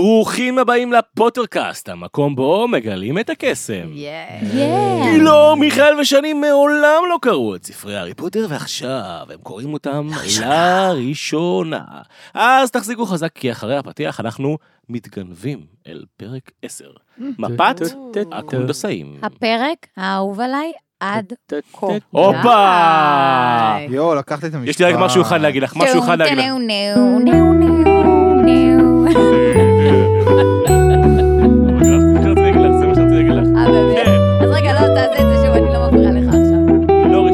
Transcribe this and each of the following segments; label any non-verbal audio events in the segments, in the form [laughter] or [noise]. ברוכים הבאים לפוטרקאסט, המקום בו מגלים את הקסם. יאה. לא, מיכאל ושני מעולם לא קראו את ספרי הארי פוטר, ועכשיו הם קוראים אותם לראשונה. אז תחזיקו חזק, כי אחרי הפתיח אנחנו מתגנבים אל פרק 10. מפת הקונדסאים. הפרק האהוב עליי עד כה. הופה! די. יואו, לקחת את המשפט. יש לי רק משהו אחד להגיד לך, משהו אחד להגיד לך. טאו, טאו, נאו, נאו, נאו. אה, באמת? אז רגע, לא, תעשה את זה שוב, אני לא מפריעה לך עכשיו. לא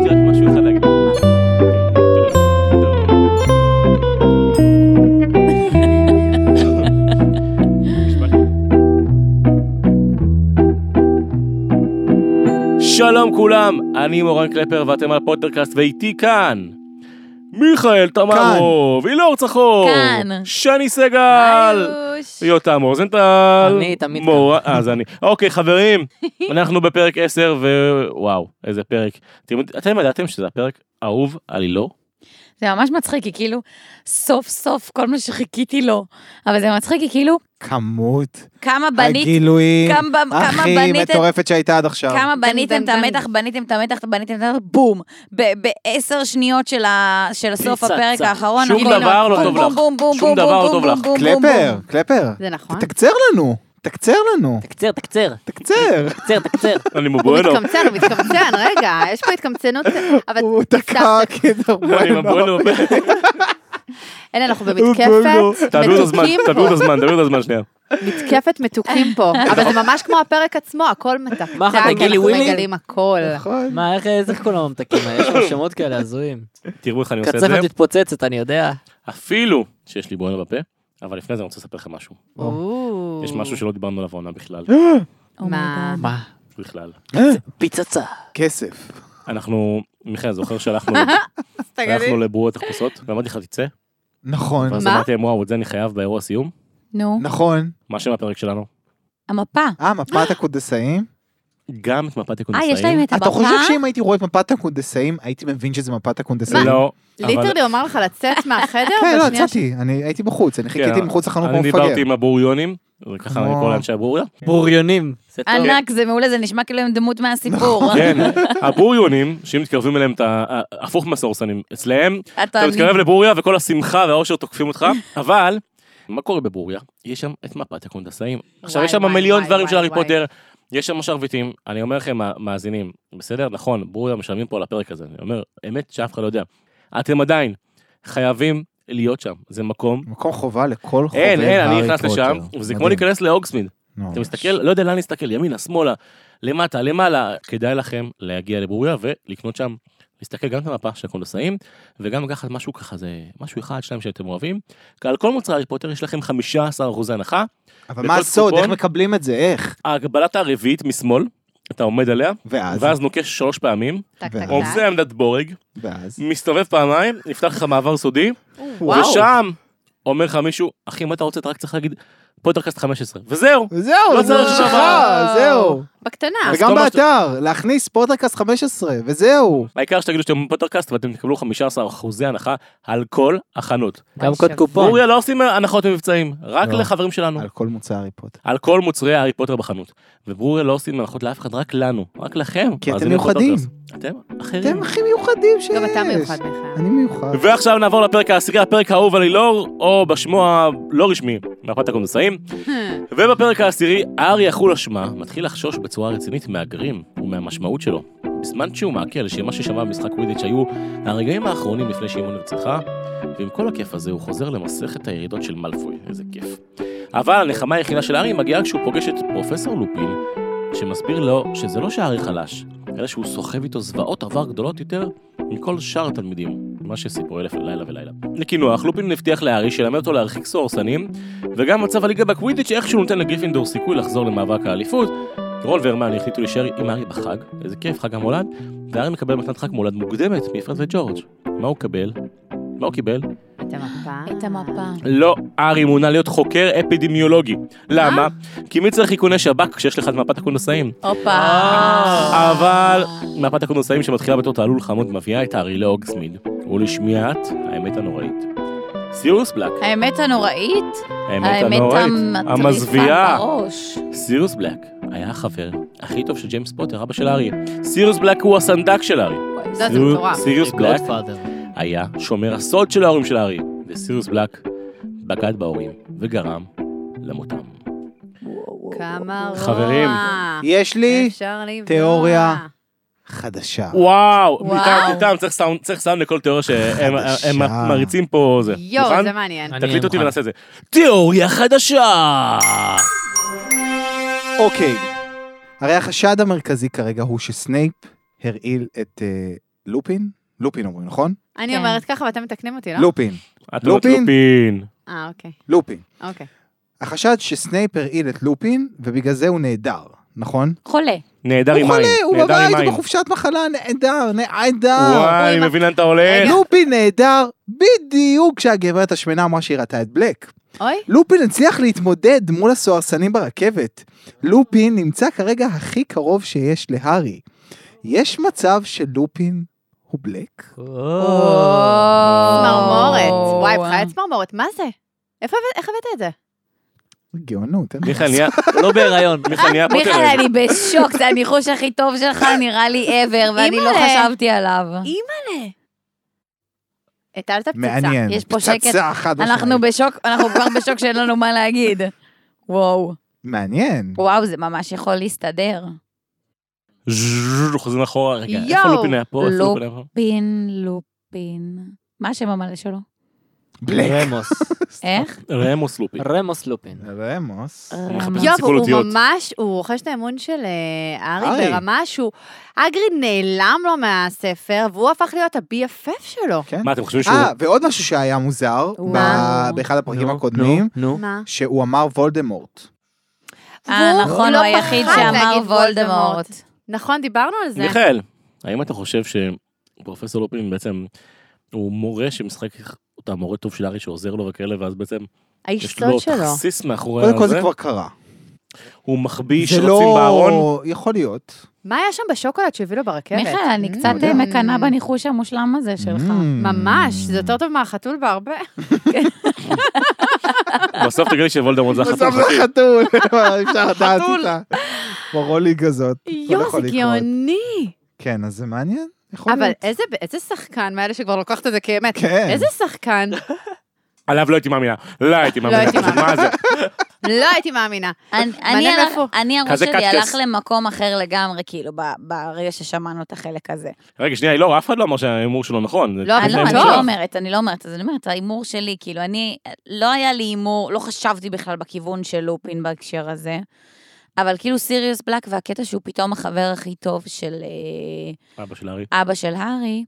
שלום כולם, אני מורן קלפר ואתם על פוטרקאסט ואיתי כאן מיכאל תמרוב, אילור צחור, כאן. שני סגל, היוש. יותם רוזנטל. אני תמיד מורה, אה, זה אני. אוקיי, חברים, [laughs] אנחנו בפרק 10, ווואו, איזה פרק. אתם- אתם ידעתם שזה הפרק אהוב על הילור? זה ממש מצחיק, כי כאילו, סוף סוף כל מה שחיכיתי לו. אבל זה מצחיק, כי כאילו, כמות כמה בנית, הגילויים כמה- כמה הכי בנית את מטורפת שהייתה עד עכשיו. כמה בניתם כן, דן, את דן. המתח, בניתם את המתח, בניתם את המתח, בום. ב- בעשר שניות של ה- של סוף פצצה. הפרק האחרון. שום הכל- דבר לא בום, טוב בום, לך. בום, בום, שום בום, דבר לא בום, טוב בום, לך. בום, בום, קלפר, בום. קלפר, זה נכון. תקצר לנו, תקצר לנו, תקצר, תקצר, תקצר. [laughs] תקצר, תקצר. אני הוא מבואנו. מתקמצן, הוא מתקמצן, רגע, יש פה התקמצנות, אבל הוא תקע תפתח, [laughs] [laughs] אני מבואנו. כדרבנו. אין, אנחנו בולדו. במתקפת תעבירו לא. את הזמן, מתוקים תעבירו את פה, הזמן, תעבירו את הזמן שנייה. מתקפת מתוקים פה, אבל זה ממש כמו הפרק עצמו, הכל מתקתק, מה, אחת תגיד לי אנחנו ווילי? מגלים הכל. אה, נכון. מה, איך, איזה כל הממתקים האלה? יש לו שמות כאלה הזויים. תראו איך [laughs] אני עושה את זה. קצפת מתפוצצת, אני יודע. אפילו שיש לי בואנו בפה, אבל לפני זה אני רוצה לספר לכם משהו. או. יש משהו שלא דיברנו עליו העונה בכלל. [gasps] מה? אומייגאד. מה? בכלל. אה, פיצצה. כסף. אנחנו, מיכאל, זוכר שהלכנו [laughs] הלכנו לבועות תחפושות, ואמרתי לך תצא, נכון, ואז מה? אמרתי להם וואו, את זה אני חייב באירוע סיום. נו, נכון. מה שם הפרק שלנו? המפה. אה, מפת הקונדסאים? גם את מפת אה, הקונדסאים. יש להם את המפה? אתה חושב שאם הייתי רואה את מפת הקונדסאים, הייתי מבין שזה מפת הקונדסאים? לא. אבל- ליטרלי הוא אמר לך לצאת מהחדר? כן, לא, בשנייה יצאתי, אני הייתי בחוץ, אני חיכיתי כן, מחוץ לחנות כמו אני דיברתי לא מפגר. עם הבוריונים, וככה אני כמו- קורא לאנשי הבוריה. כן. בוריונים. זה טוב. ענק, זה מעולה, זה נשמע כאילו הם דמות מהסיפור. נכון. כן, הבוריונים, שאם מתקרבים אליהם, אתה אה, הפוך מהסורסנים. אצלהם, אתה אתה מתקרב לבוריה וכל השמחה והאושר תוקפים אותך, אבל מה קורה בבוריה? יש שם את מפת הקונדסאים. עכשיו, יש שם וואי, מיליון וואי, דברים של וואי, הארי וואי. פוטר, יש שם שרביטים, אני אומר לכם, המאזינים, בסדר? נכון, ברוריה משלמים פה על הפרק הזה, אני אומר, אמת שאף אחד לא יודע. אתם עדיין חייבים להיות שם, זה מקום. מקום חובה לכל חובב אין, אין, אני הארי נכנס פוטר. לשם, וזה כמו מדהים. להיכנס לאוגסמיד. נו, אתה מסתכל, לא יודע לאן להסתכל, ימינה, שמאלה, למטה, למעלה, כדאי לכם להגיע לבוריה ולקנות שם, להסתכל גם את המפה של הקונדסאים, וגם לקחת משהו ככה, זה משהו אחד, שניים שאתם אוהבים. על כל מוצרי הארי פוטר יש לכם 15% הנחה, אבל מה בכל הסוד, קופון- איך מקבלים את זה, איך? ההגבלת הרביעית משמאל, אתה עומד עליה, ואז, ואז נוקש שלוש פעמים, טק, טק, וואו. עושה עמדת בורג, ואז, מסתובב פעמיים, נפתח לך מעבר סודי, וואו. ושם אומר לך מישהו, אחי, מה אתה רוצה? אתה רק צריך להגיד פוטרקאסט 15, וזהו. וזהו, לא זה צריך שלך, שמה. זהו. בקטנה. אז וגם כל מה באתר, להכניס פודקאסט 15, וזהו. העיקר שתגידו שאתם בפודקאסט ואתם תקבלו 15% הנחה על כל החנות. גם קוד קופון. אוריה לא עושים הנחות במבצעים, רק לא. לחברים שלנו. על כל מוצא הארי פוטר. על כל מוצרי הארי פוטר בחנות. וברוריה לא עושים הנחות לאף אחד, רק לנו, רק לכם. כי אתם מאזינים מיוחדים. לפודקאסט. אתם אחרים. אתם הכי מיוחדים שיש. גם אתה מיוחד אה, מיכאל. אני מיוחד. ועכשיו נעבור לפרק העשירי, הפרק האהוב על אילור, או בשמו הלא רשמי, מפת הקונדסאים. ובפרק העשירי, הארי אכול אשמה, מתחיל לחשוש בצורה רצינית מהגרים ומהמשמעות שלו. בזמן שהוא מעכל שמה ששמע במשחק ווידיץ' היו הרגעים האחרונים לפני שאימו נרצחה, ועם כל הכיף הזה הוא חוזר למסכת הירידות של מאלפוי, איזה כיף. אבל הנחמה היחידה של הארי מגיעה כשהוא פוגש את פרופסור לופין, שמסביר לו שזה לא שהארי חלש, אלא שהוא סוחב איתו זוועות עבר גדולות יותר מכל שאר התלמידים, מה שסיפורי אלף לילה ולילה. לקינוח, לופין הבטיח להארי שילמד אותו להרחיק סוהרסנים, וגם מצב הליגה בקווידיץ' איכשהו נותן לגריפינדור סיכוי לחזור למאבק האליפות. רול והרמני החליטו להישאר עם הארי בחג, איזה כיף, חג המולד, והארי מקבל מתנת חג מולד מוקדמת מפרד וג'ורג'. מה הוא קבל? מה הוא קיבל? את המפה. את המפה. לא, הארי מונה להיות חוקר אפידמיולוגי. למה? כי מי צריך איכוני שב"כ כשיש לך את מפת הקונדסאים? הופה. אה. אבל מפת הקונדסאים שמתחילה בתור תעלול חמוד מביאה את הארי לאוגסמיד ולשמיעת האמת הנוראית. סיריוס בלק. האמת הנוראית? האמת המ- הנוראית, המזוויעה. המטריפה בראש. סיריוס בלק היה החבר הכי טוב של ג'יימס פוטר, אבא של הארי. סיריוס בלק הוא הסנדק של הארי. וואי, לא, זה זה סיריוס- מטורף. סיריוס בלק גודפאדר. היה שומר הסוד של ההורים של הארי, וסיריוס בלק בגד בהורים וגרם למותם. כמה רוע. חברים. יש לי אפשר לבלוע. תיאוריה. כן. חדשה. וואו, וואו. מטעם, מטעם, צריך סאונד, צריך סאונד לכל תיאוריה שהם חדשה. הם מריצים פה זה. נכון? יואו, זה מעניין. אני תקליט אותי מוכן. ונעשה את זה. תיאוריה חדשה! אוקיי. הרי החשד המרכזי כרגע הוא שסנייפ הרעיל את אה, לופין? לופין אומרים, נכון? אני כן. אומרת ככה ואתם מתקנים אותי, לא? לופין. את אומרת לופין? לופין. אה, אוקיי. לופין. אוקיי. החשד שסנייפ הרעיל את לופין, ובגלל זה הוא נעדר, נכון? חולה. נהדר עם הוא חולה, מים. הוא נהדר עם בבית, מים. הוא בחופשת מחלה, נעדר, נעדר. וואי, אני מבין לאן אתה הולך. אה, רגע. לופין נעדר בדיוק כשהגברת השמנה אמרה שהיא ראתה את בלק. אוי, לופין הצליח להתמודד מול הסוהרסנים ברכבת. לופין נמצא כרגע הכי קרוב שיש להארי. יש מצב שלופין הוא בלק? צמרמורת. וואי, בחיי צמרמורת, מה זה? איפה הבאת- איך הבאת את זה? גאונות, אה? אין מיכאל [laughs] נהיה, לא [laughs] בהיריון. מיכאל נהיה מיכאל, פוטר. אני בשוק, זה הניחוש הכי טוב שלך, נראה לי ever, ואני לא אימא'לה. חשבתי עליו. הטלת פצצה. מעניין, יש פה שקט. פצצה אחת אנחנו בשוק, אנחנו כבר בשוק שאין לנו מה להגיד. וואו, מעניין. וואו, זה ממש יכול להסתדר. ז'ז', חוזרים אחורה, רגע, איפה יואו, לופין היה פה? איפה לא. לופין היה פה? פין לופין. מה השם המלא שלו? אה, בלק. רמוס. איך? רמוס לופין. רמוס לופין. רמוס. מחפש רמה. יואב, סיכול הוא אותיות. ממש, הוא רוכש את האמון של אה, הארי הארי. ברמה שהוא... אגריד נעלם לו מהספר, והוא הפך להיות ה-BFF שלו. כן. מה, אתם חושבים שהוא... לא, אה, ועוד משהו שהיה מוזר, וואו. ב- באחד הפרקים נו, הקודמים, נו. מה? שהוא אמר וולדמורט. אה, והוא נכון, לא הוא היחיד פחד שאמר להגיד וולדמורט. נכון, דיברנו על זה. מיכאל, האם אתה חושב שפרופסור לופין בעצם הוא מורה שמשחק אותה מורה טוב של הארי שעוזר לו וכאלה, ואז בעצם יש לו היסוד שלו. תכסיס מאחורי קודם כל זה הזה, כבר קרה. הוא מחביא זה שרצים בארון. לא... יכול להיות. מה היה שם בשוקולד שהביא לו ברכבת? מיכאל, אני Mm, קצת יודע. Mm. אה, מקנאה בניחוש המושלם הזה שלך. ממש, זה יותר טוב מהחתול בהרבה. בסוף תגיד לי שוולדמורט זה [laughs] בסוף החתום. זה חתול, [laughs] אפשר לדעת חתול. אותה. מרולי כזאת. הכל יואו, יכול זה לקרות. גאוני. כן, אז זה מעניין. יכול אבל להיות. איזה- איזה שחקן מאלה שכבר לוקחת את זה כאמת. כן. איזה שחקן. עליו לא הייתי מאמינה. לא הייתי מאמינה. הייתי פשוט, מאמינה. מה זה? לא הייתי מאמינה. אני- אני מעניין הלך- איפה הוא. אני, הראש כזה שלי קטקס. הלך למקום אחר לגמרי, כאילו, ב- ברגע ששמענו את החלק הזה. רגע, שנייה, לא, אף אחד לא אמר שההימור שלו נכון. לא, אבל אה, זה לא, אני טוב. לא אומרת, אני לא אומרת, אז אני אומרת, ההימור שלי, כאילו, אני, לא היה לי הימור, לא חשבתי בכלל בכיוון של לופין בהקשר הזה, אבל כאילו סיריוס בלק והקטע שהוא פתאום החבר הכי טוב של אה, אבא של הארי. אבא של הארי,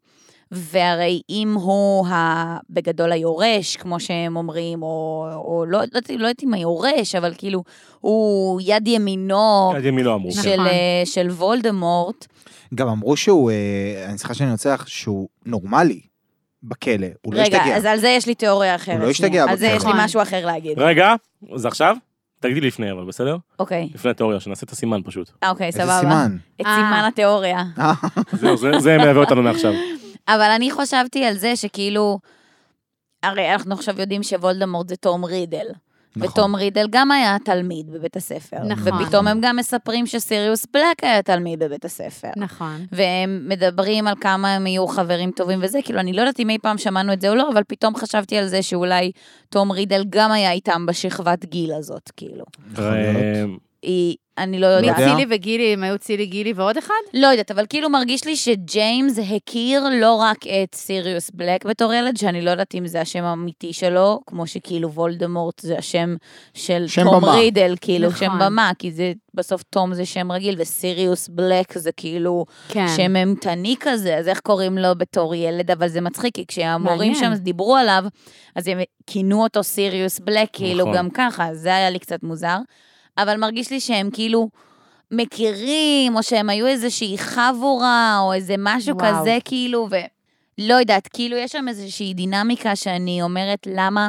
והרי אם הוא ה, בגדול היורש, כמו שהם אומרים, או, או לא, לא, יודעת- לא יודעת אם היורש, אבל כאילו, הוא יד ימינו. עד ימי לא אמרו. של, נכון. אה, של וולדמורט, גם אמרו שהוא, אה, אני סליחה שאני רוצה לך, שהוא נורמלי בכלא, הוא לא רגע, אז השתגע. על זה יש לי תיאוריה אחרת. הוא לא השתגע שנייה. על זה בכלל. יש לי נכון. משהו אחר להגיד. כן. רגע, זה עכשיו? תגידי לפני אבל, בסדר? אוקיי, לפני התיאוריה, שנעשה את הסימן פשוט. אה, אוקיי, איזה סבבה. סימן. את אה. סימן התיאוריה. אה, זהו, זה- זה מלווה אותנו [laughs] מעכשיו. אבל אני חשבתי על זה שכאילו, הרי אנחנו עכשיו יודעים שוולדמורט זה תום רידל. נכון. ותום רידל גם היה תלמיד בבית הספר. נכון. ופתאום הם גם מספרים שסיריוס בלק היה תלמיד בבית הספר. נכון. והם מדברים על כמה הם יהיו חברים טובים וזה, כאילו, אני לא יודעת אם אי פעם שמענו את זה או לא, אבל פתאום חשבתי על זה שאולי תום רידל גם היה איתם בשכבת גיל הזאת, כאילו. נכון. יכול אה, להיות. היא, אני לא יודעת. יודע. צילי וגילי, הם היו צילי גילי ועוד אחד? לא יודעת, אבל כאילו מרגיש לי שג'יימס הכיר לא רק את סיריוס בלק בתור ילד, שאני לא יודעת אם זה השם האמיתי שלו, כמו שכאילו וולדמורט זה השם של שם תום במה. רידל, כאילו נכון. שם במה, כי זה בסוף תום זה שם רגיל, וסיריוס בלק זה כאילו כן. שם אימתני כזה, אז איך קוראים לו בתור ילד? אבל זה מצחיק, כי כשהמורים מעניין. שם דיברו עליו, אז הם כינו אותו סיריוס בלק, כאילו נכון. גם ככה, זה היה לי קצת מוזר. אבל מרגיש לי שהם כאילו מכירים, או שהם היו איזושהי חבורה, או איזה משהו וואו. כזה, כאילו, ו... לא יודעת, כאילו יש שם איזושהי דינמיקה שאני אומרת, למה...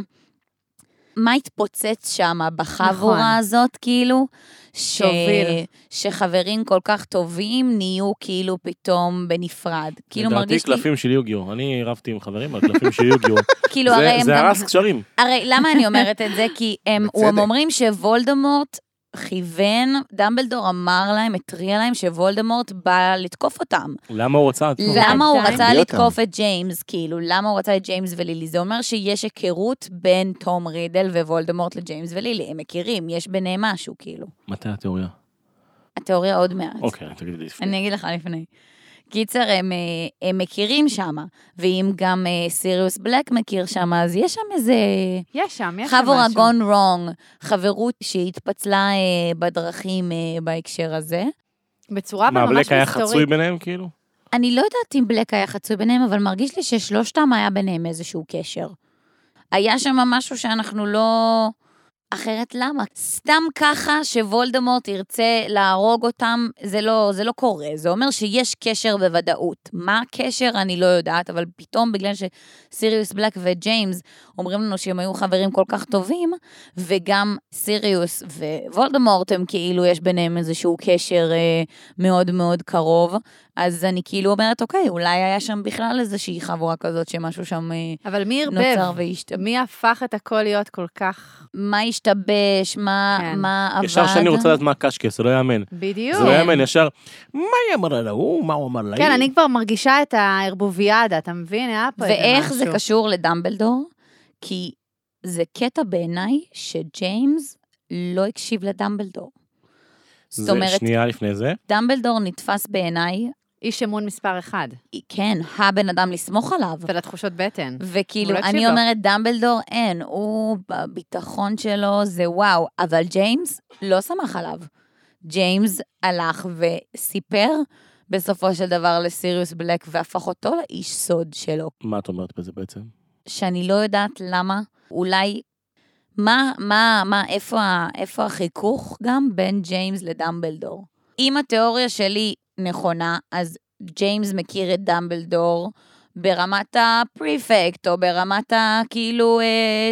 מה התפוצץ שם נכון. בחבורה הזאת, כאילו? ש... שהוביל. שחברים כל כך טובים נהיו כאילו פתאום בנפרד. כאילו מרגיש לי, לדעתי קלפים של יוגיו. אני רבתי עם חברים על קלפים של [laughs] יוגיו. כאילו זה- הרי הם זה גם... הרס קשרים. הרי למה אני אומרת את זה? כי הם, בצדק. הם אומרים שוולדמורט כיוון, דמבלדור אמר להם, התריע להם שוולדמורט בא לתקוף אותם. למה הוא רצה? אוקיי. למה הוא עדיין? רצה הביא לתקוף את ג'יימס? כאילו, למה הוא רצה את ג'יימס ולילי? זה אומר שיש היכרות בין תום רידל ווולדמורט לג'יימס ולילי. הם מכירים, יש ביניהם משהו, כאילו. מתי התיאוריה? התיאוריה עוד מעט. אוקיי, תגיד לי לפני. אני אגיד לך לפני. קיצר, הם, אה, הם מכירים שם, ואם גם אה, סיריוס בלק מכיר שם, אז יש שם איזה... יש שם, יש שם משהו. חבורה גון רונג, חברות שהתפצלה אה, בדרכים אה, בהקשר הזה. בצורה אבל מה, ממש בלק היה חצוי מסתורית. ביניהם, כאילו? אני לא יודעת אם בלק היה חצוי ביניהם, אבל מרגיש לי ששלושתם היה ביניהם איזשהו קשר. היה שם משהו שאנחנו לא... אחרת למה? סתם ככה שוולדמורט ירצה להרוג אותם, זה לא, זה לא קורה. זה אומר שיש קשר בוודאות. מה הקשר? אני לא יודעת, אבל פתאום בגלל שסיריוס בלק וג'יימס אומרים לנו שהם היו חברים כל כך טובים, וגם סיריוס ווולדמורט הם כאילו, יש ביניהם איזשהו קשר אה, מאוד מאוד קרוב. אז אני כאילו אומרת, אוקיי, אולי היה שם בכלל איזושהי חבורה כזאת שמשהו שם אה, אבל מי נוצר ערבב? והשתבש. מי הפך את הכל להיות כל כך... מה השתבש, מה, כן. מה עבד. ישר שאני רוצה לדעת מה הקשקש, זה לא יאמן. בדיוק. זה לא יאמן, ישר, מה היא אמרה להוא, מה הוא אמר לה? כן, אני כבר מרגישה את הערבוביאדה, אתה מבין? היה פה איזה משהו. ואיך זה קשור לדמבלדור? כי זה קטע בעיניי שג'יימס לא הקשיב לדמבלדור. זאת אומרת, שנייה לפני זה. דמבלדור נתפס בעיניי, איש אמון מספר אחד, כן, הבן אדם לסמוך עליו. ולתחושות בטן. וכאילו, הוא לא הקשיב אני לו. אומרת, דמבלדור אין, הוא, בביטחון שלו זה וואו, אבל ג'יימס לא סמך עליו. ג'יימס הלך וסיפר בסופו של דבר לסיריוס בלק, והפך אותו לאיש סוד שלו, מה את אומרת בזה בעצם? שאני לא יודעת למה, אולי... מה, מה, מה, איפה, ה- איפה החיכוך גם בין ג'יימס לדמבלדור? אם התיאוריה שלי נכונה, אז ג'יימס מכיר את דמבלדור ברמת הפריפקט, או ברמת ה... כאילו... אה,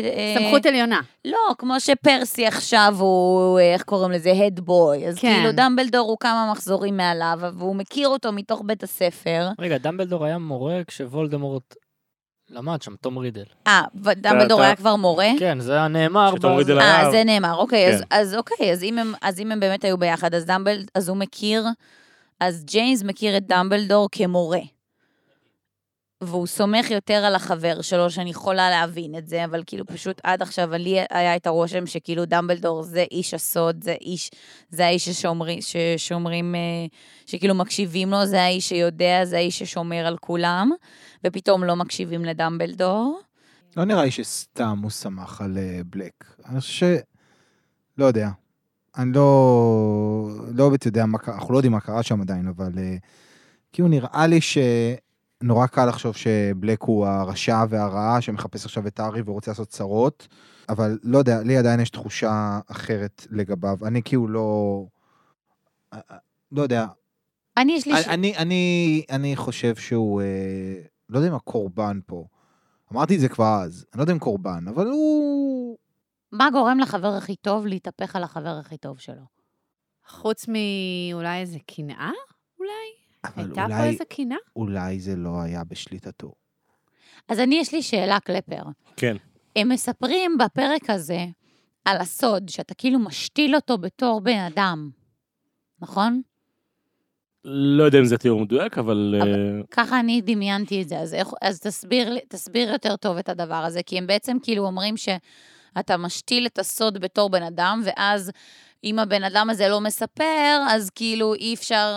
אה, סמכות עליונה. לא, כמו שפרסי עכשיו הוא, אה, איך קוראים לזה? הדבוי. אז כן. כאילו דמבלדור הוא כמה מחזורים מעליו, והוא מכיר אותו מתוך בית הספר. רגע, דמבלדור היה מורה כשוולדמורט למד שם, תום רידל. אה, ודמבלדור אתה- היה כבר מורה? כן, זה היה נאמר. שתום ב- רידל אה, היה- זה נאמר, אוקיי, אז, כן. אז אוקיי, אז אם, הם, אז אם הם באמת היו ביחד, אז דמבל, אז הוא מכיר, אז ג'יימס מכיר את דמבלדור כמורה. והוא סומך יותר על החבר שלו, שאני יכולה להבין את זה, אבל כאילו פשוט עד עכשיו לי היה את הרושם שכאילו דמבלדור זה איש הסוד, זה איש, זה האיש ששומרים, ששומרים, אה, שכאילו מקשיבים לו, זה האיש שיודע, זה האיש ששומר על כולם, ופתאום לא מקשיבים לדמבלדור. לא נראה לי שסתם הוא שמח על אה, בלק. אני חושב ש... לא יודע. אני לא... לא באמת יודע מה קרה, אנחנו לא יודעים מה קרה שם עדיין, אבל... אה, כאילו נראה לי שנורא קל לחשוב שבלק הוא הרשע והרעה שמחפש עכשיו את הארי ורוצה לעשות צרות, אבל לא יודע, לי עדיין יש תחושה אחרת לגביו. אני כאילו לא... אה, אה, לא יודע, אני, יש לי... ש- אני, אני, אני, אני חושב שהוא, אה, לא יודע אם הקורבן פה. אמרתי את זה כבר אז, אני לא יודע אם קורבן, אבל הוא... מה גורם לחבר הכי טוב להתהפך על החבר הכי טוב שלו? חוץ מאולי איזה קנאה? אולי? אבל הייתה פה אולי, איזה קנאה? אולי זה לא היה בשליטתו. אז אני, יש לי שאלה, קלפר. כן. הם מספרים בפרק הזה על הסוד, שאתה כאילו משתיל אותו בתור בן אדם, נכון? לא יודע אם זה תיאור מדויק, אבל... אבל- אה, ככה אני דמיינתי את זה, אז, איך, אז תסביר, לי- תסביר יותר טוב את הדבר הזה, כי הם בעצם כאילו אומרים שאתה משתיל את הסוד בתור בן אדם, ואז אם הבן אדם הזה לא מספר, אז כאילו אי אפשר,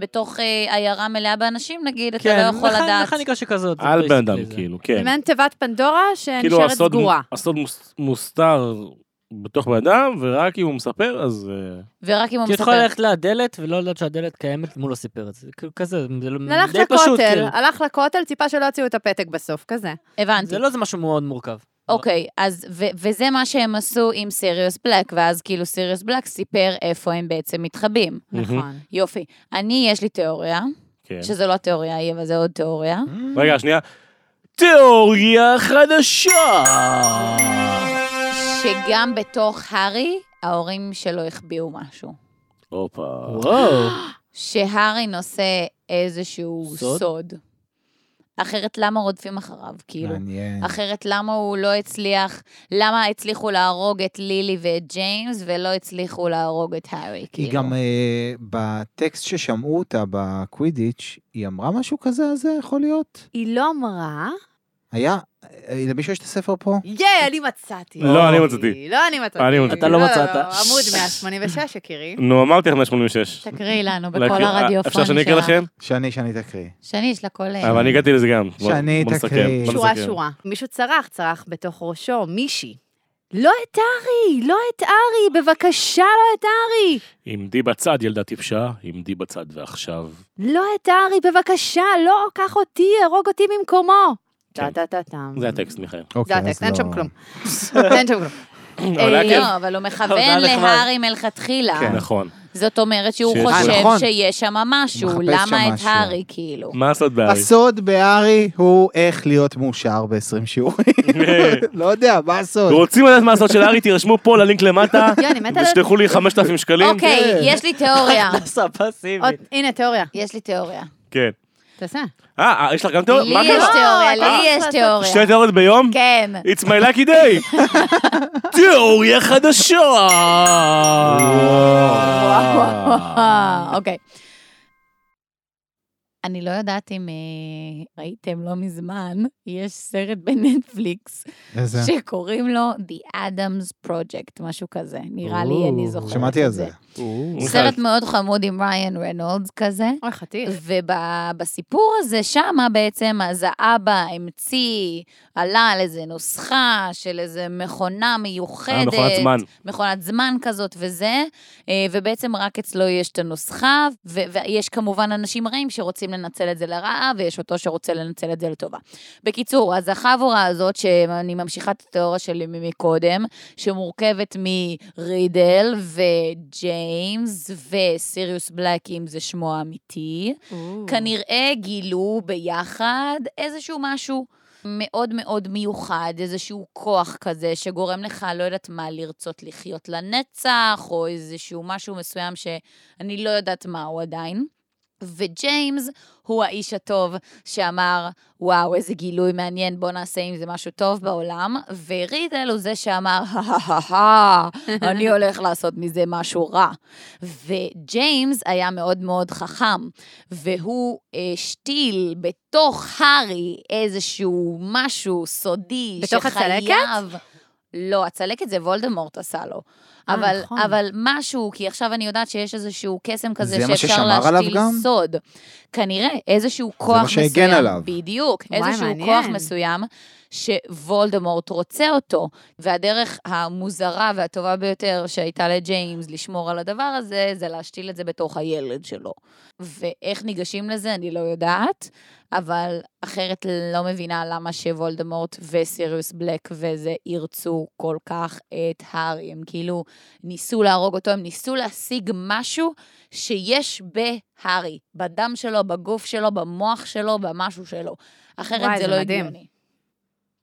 בתוך אה, עיירה מלאה באנשים נגיד, אתה כן, לא יכול מכ- לדעת. מכניקה שכזאת. על זה בן אדם, basically זה. כאילו, זה כן. מעין תיבת פנדורה כאילו שנשארת הסוד, סגורה. הסוד מוס- מוסתר בתוך בן אדם, ורק אם הוא מספר, אז... אה, ורק אם הוא כי אתה לא מספר. יכול ללכת לדלת ולא לדעת שהדלת קיימת, אם הוא לא סיפר את זה. כאילו, כזה, זה לא- הלך די פשוט, לכותל, כאילו. הלך לכותל, ציפה שלא יוציאו את הפתק בסוף, כזה. הבנתי. זה לא איזה משהו מאוד מורכב. אוקיי, אז, ו- וזה מה שהם עשו עם סיריוס בלק, ואז כאילו סיריוס בלק סיפר איפה הם בעצם מתחבאים. נכון. יופי. אני, יש לי תיאוריה, כן. שזו לא תיאוריה היא, אבל זה עוד תיאוריה. רגע, שנייה. תיאוריה חדשה! ש... שגם בתוך הארי, ההורים שלו החביאו משהו. הופה. וואו. שהארי נושא איזשהו סוד? סוד. סוד. אחרת למה רודפים אחריו, כאילו? מעניין. אחרת למה הוא לא הצליח, למה הצליחו להרוג את לילי ואת ג'יימס ולא הצליחו להרוג את הארי, היא כאילו. גם אה, בטקסט ששמעו אותה בקווידיץ', היא אמרה משהו כזה, אז זה יכול להיות? היא לא אמרה, היה, אה, למישהו יש את הספר פה? ייי, אני מצאתי. לא, אני מצאתי. לא, אני מצאתי. אני מצאתי. לא, אתה לא לא, מצאת. לא, עמוד 186, יקירי. [laughs] נו, אמרתי לך 186. תקריאי לנו להקריא- בקול אה, הרדיופוני אפשר שאני אקרא שלך. לכם? שאני, שאני תקריא. שני, יש לה קול... אה, אבל אני הגעתי לזה גם. בוא- שאני בוא נסכם, תקריא. בוא כן. שורה נסכם. שורה. מישהו צרח, צרח בתוך ראשו, מישהי. לא את ארי, לא את ארי, בבקשה לא את ארי. עמדי בצד, ילדה טיפשה, עמדי בצד ועכשיו. לא את ארי, בבקשה, לא, קח אותי, הרוג אותי במקומו. כן. טה-טה-טה-טם. זה הטקסט, מיכאל. זה אוקיי, הטקסט, אז אין לא- שם [laughs] כלום. אין שם כלום. אבל היה כיף. לא, אבל הוא היה מכוון נחמד. להארי מלכתחילה. כן. כן. נכון. זאת אומרת שהוא שיש- אה, חושב נכון. שיש שם משהו, מחפש שם למה את משהו. הארי, כאילו. מה לעשות בעיה? [laughs] הסוד בארי הוא איך להיות מאושר ב-20 שיעורים. [laughs] לא יודע, מה הסוד? אה, רוצים לדעת מה הסוד של הארי? תירשמו פה ללינק למטה, יואו, אני מתה על... ושלחו לי 5,000 שקלים. לא- אוקיי, יש לי תיאוריה. הכנסה עוד- פסיבית. הנה, תיאוריה. יש לי תיאוריה. כן. תעשה. אה, אה, יש לך גם תיאוריה? לי מה יש קרה? תיאוריה, אה, לי יש לעשות- תיאוריה. שתי תיאוריות ביום? כן. It's my lucky [laughs] day! תיאוריה חדשה! אה, [laughs] אוקיי. אני לא יודעת אם אה, ראיתם לא מזמן, יש סרט בנטפליקס איזה... שקוראים לו The Adams Project, משהו כזה. נראה לי, אני זוכרת את זה. שמעתי על זה. אוקיי. סרט מאוד חמוד עם ריין רנולדס כזה. אוי, חתיך. ובסיפור הזה, שמה בעצם, אז האבא המציא, עלה על איזה נוסחה של איזה מכונה מיוחדת. אה, מכונת זמן. מכונת זמן כזאת וזה, אה, ובעצם רק אצלו יש את הנוסחה, ו- ויש כמובן אנשים רעים שרוצים לנצל את זה לרעה, ויש אותו שרוצה לנצל את זה לטובה. בקיצור, אז החבורה הזאת, שאני ממשיכה את התיאוריה שלי מקודם, שמורכבת מרידל וג'יימס וסיריוס בלק, אם זה שמו האמיתי, כנראה גילו ביחד איזשהו משהו מאוד מאוד מיוחד, איזשהו כוח כזה שגורם לך, לא יודעת מה, לרצות לחיות לנצח, או איזשהו משהו מסוים שאני לא יודעת מהו עדיין. וג'יימס הוא האיש הטוב שאמר, וואו, איזה גילוי מעניין, בוא נעשה עם זה משהו טוב בעולם. ורידל הוא זה שאמר, [laughs] הא אני הולך לעשות מזה משהו רע. וג'יימס היה מאוד מאוד חכם, והוא השתיל בתוך הארי איזשהו משהו סודי בתוך הצלקת? שחייב- לא, הצלקת זה וולדמורט עשה לו. אה, אבל, נכון. אבל משהו, כי עכשיו אני יודעת שיש איזשהו קסם כזה זה מה שאפשר ששמר עליו להשתיל גם? סוד. כנראה, איזשהו כוח מסוים. שהגן עליו. בדיוק, וואי, איזשהו מעניין. כוח מסוים שוולדמורט רוצה אותו. והדרך המוזרה והטובה ביותר שהייתה לג'יימס לשמור על הדבר הזה, זה להשתיל את זה בתוך הילד שלו. ואיך ניגשים לזה, אני לא יודעת, אבל אחרת לא מבינה למה שוולדמורט וסיריוס בלק וזה ירצו כל כך את הארי. הם כאילו ניסו להרוג אותו, הם ניסו להשיג משהו שיש בהארי, בדם שלו, בגוף שלו, במוח שלו, במשהו שלו. אחרת וואי, זה זה לא מדהים. הגיוני.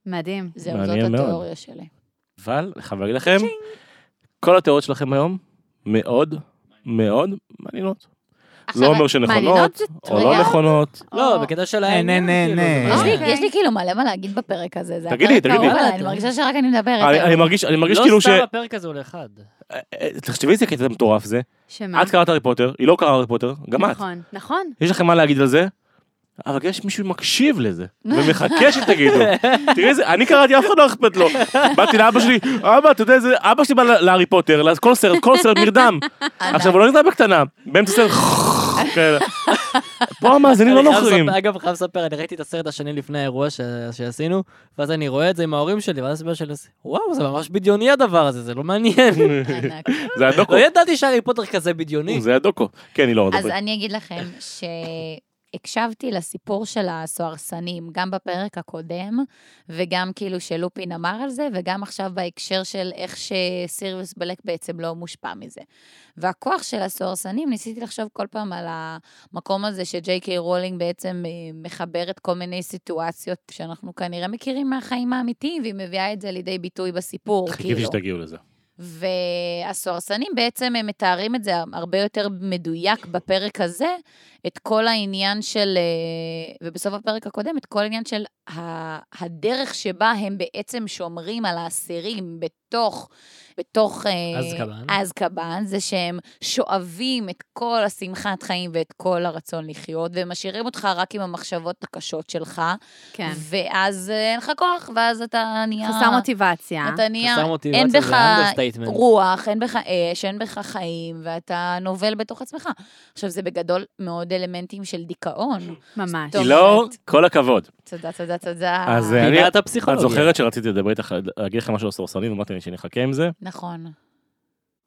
מדהים. זהו, זאת מעניין מאוד. לא התיאוריה שלי. אבל, אני חייב להגיד לכם, כל התיאוריות שלכם היום מאוד מאוד מעניינות. עכשיו, לא אומר נכון. שנכונות, מעניינות זה או טוב. לא נכונות. לא, או- בקטע של אין, העניין. אין, כאילו, אין, אה. אין. זה יש מעניין. לי- אוקיי. יש לי כאילו מלא מה להגיד בפרק הזה, זה תגידי, הפרק תגידי. האהוב עליי, אני מרגישה שרק אני מדברת. אני היום. אני מרגיש, אני מרגיש לא כאילו ש... סתם הפרק הזה הוא לאחד. אה, אה, תחשבי איזה קטע מטורף זה. שמה? את קראת הארי פוטר, היא לא קראה הארי פוטר, גם את. נכון, נכון. יש לכם מה להגיד על זה? אבל יש מישהו שמקשיב לזה, [laughs] ומחכה שתגידו. תראי איזה, אני קראתי, אף אחד לא אכפת לו. באתי לאבא שלי, אבא, אתה יודע, זה- אבא שלי בא לה- להארי פוטר, אז כל סרט, כל סרט [laughs] נרדם. עכשיו, הוא לא נרדם בקטנה, באמצע סרט, כאלה. פה המאזינים לא אני חייב נוחרים. לספר- אגב, חייב לספר, אני ראיתי את הסרט השני לפני האירוע ש- שעשינו, ואז אני רואה את זה עם ההורים שלי, ואז הסבר שלי, עושה, וואו, זה ממש בדיוני הדבר הזה, זה לא מעניין. [laughs] ענק. זה הדוקו, לא ידעתי שהארי פוטר כזה בדיוני. זה הדוקו. כן, היא לא לא, אז מדברת. אני אגיד לכם ש... הקשבתי לסיפור של הסוהרסנים, גם בפרק הקודם, וגם כאילו שלופין אמר על זה, וגם עכשיו בהקשר של איך שסיריוס בלק בעצם לא מושפע מזה. והכוח של הסוהרסנים, ניסיתי לחשוב כל פעם על המקום הזה שג'יי קיי רולינג בעצם אה, מחברת כל מיני סיטואציות שאנחנו כנראה מכירים מהחיים האמיתיים, והיא מביאה את זה לידי ביטוי בסיפור, חיכיתי כאילו. שתגיעו לזה. והסוהרסנים בעצם הם מתארים את זה הרבה יותר מדויק בפרק הזה, את כל העניין של, אה, ובסוף הפרק הקודם, את כל העניין של ה- הדרך שבה הם בעצם שומרים על האסירים בתוך, בתוך... אה, אזקבאן. אזקבאן, זה שהם שואבים את כל השמחת חיים ואת כל הרצון לחיות, והם משאירים אותך רק עם המחשבות הקשות שלך, כן. ואז אה, אין לך כוח, ואז אתה נהיה... חסר מוטיבציה. אתה נהיה... חסר מוטיבציה, אין זה בך כן. understatement. רוח, אין בך אש, אין בך חיים, ואתה נובל בתוך עצמך. עכשיו, זה בגדול מאוד אלמנטים של דיכאון. ממש. טוב. לא, כל הכבוד. תודה, תודה, תודה. אז אה, אני- פינת את הפסיכולוגיה. זוכרת שרציתי לדבר איתך, להגיד לך משהו על סורסנים, אמרתי לי שנחכה עם זה. נכון.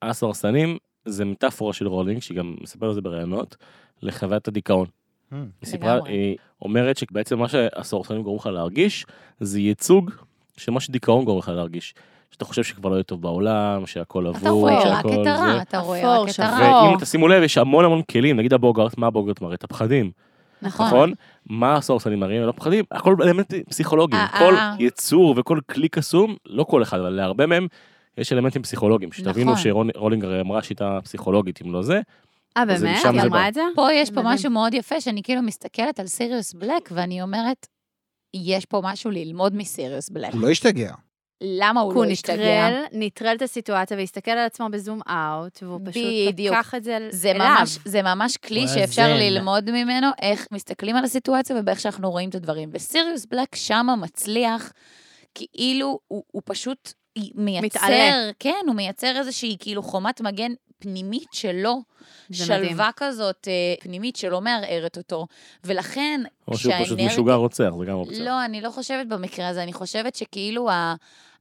הסורסנים זה מטאפורה של רולינג, שהיא גם מספרת על זה בראיונות, לחוויית הדיכאון. Hmm. היא סיפרה, לגמרי. היא אומרת שבעצם מה שהסורסנים גורמים לך להרגיש, זה ייצוג של מה שדיכאון גורם לך להרגיש. שאתה חושב שכבר לא יהיה טוב בעולם, שהכל אתה אבוד, רואה רק שהכל את הרע, זה. אתה רואה אפור, רק את שחור. הרע. ואם תשימו לב, יש המון המון כלים, נגיד הבוגרט, מה הבוגרט מראה? את הפחדים, נכון. נכון? מה הסורסנים מראים? לא פחדים, הכל אלמנטים פסיכולוגיים. אה, כל אה. יצור וכל כלי קסום, לא כל אחד, אבל להרבה מהם, יש אלמנטים פסיכולוגיים. שתבינו נכון. שרולינג הרי אמרה שיטה פסיכולוגית, אם לא זה. אה, אז באמת? משם היא זה בא. אמרה את זה? פה יש פה מדהים. משהו מאוד יפה, שאני כאילו מסתכלת על סיריוס בלק, ואני אומרת, יש פה משהו ללמוד מסיריוס בלק. הוא לא השתגע. למה הוא הוא לא השתגע? נטרל, נטרל את הסיטואציה והסתכל על עצמו בזום אאוט, והוא פשוט בדיוק. לקח את זה אליו. זה ממש, זה ממש כלי הוא שאפשר הזן. ללמוד ממנו איך מסתכלים על הסיטואציה ובאיך שאנחנו רואים את הדברים. וסיריוס בלק שמה מצליח, כאילו הוא, הוא פשוט מייצר, מתעלה. כן, הוא מייצר איזושהי כאילו חומת מגן פנימית שלו, זה מדהים. שלווה כזאת אה, פנימית שלא מערערת אותו. ולכן, או שהוא פשוט כשהאנרגיה- משוגע רוצח, זה גם אופציה. לא, אני לא חושבת במקרה הזה, אני חושבת שכאילו ה...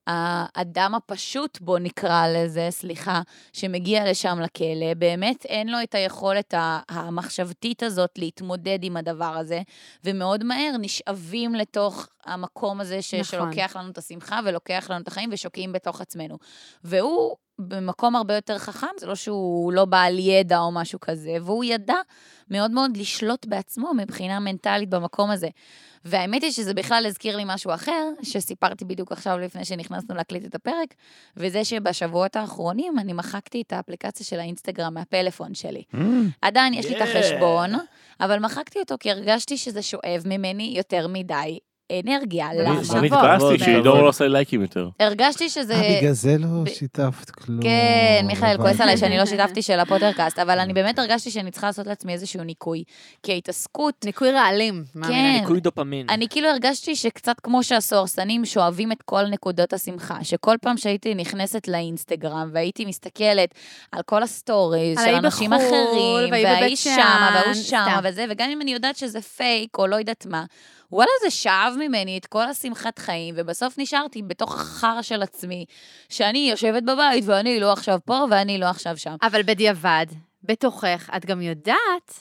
האדם הפשוט, בוא נקרא לזה, סליחה, שמגיע לשם לכלא, באמת אין לו את היכולת ה- המחשבתית הזאת להתמודד עם הדבר הזה, ומאוד מהר נשאבים לתוך המקום הזה ש- נכון. שלוקח לנו את השמחה ולוקח לנו את החיים ושוקעים בתוך עצמנו. והוא במקום הרבה יותר חכם, זה לא שהוא לא בעל ידע או משהו כזה, והוא ידע מאוד מאוד לשלוט בעצמו מבחינה מנטלית במקום הזה. והאמת היא שזה בכלל הזכיר לי משהו אחר, שסיפרתי בדיוק עכשיו לפני שנכנסנו להקליט את הפרק, וזה שבשבועות האחרונים אני מחקתי את האפליקציה של האינסטגרם מהפלאפון שלי. אה, עדיין יש לי את Yeah. החשבון, אבל מחקתי אותו כי הרגשתי שזה שואב ממני יותר מדי אנרגיה. אני- אני- למה? אני כבוד, התבאסתי כבוד, שעידור כבוד. לא עושה לייקים יותר. הרגשתי שזה... אה, בגלל זה לא ב- שיתפת כלום. כן, מיכאל כועס הבנתי. עליי שאני לא שיתפתי של הפוטרקאסט, אבל אני באמת הרגשתי שאני צריכה לעשות לעצמי איזשהו ניקוי. כי ההתעסקות, ניקוי רעלים. כן. ניקוי דופמין. אני כאילו הרגשתי שקצת כמו שהסוהרסנים שואבים את כל נקודות השמחה, שכל פעם שהייתי נכנסת לאינסטגרם והייתי מסתכלת על כל הסטוריז על של ההיא אנשים בחו"ל, אחרים, וההיא בבית וההיא שאן, שמה, וההוא שמה, סתם. וזה, וגם אם אני יודעת שזה פייק או לא יודעת מה, וואלה, זה שאב ממני את כל השמחת חיים, ובסוף נשארתי בתוך החרא של עצמי, שאני יושבת בבית ואני לא עכשיו פה ואני לא עכשיו שם. אבל בדיעבד, בתוכך, את גם יודעת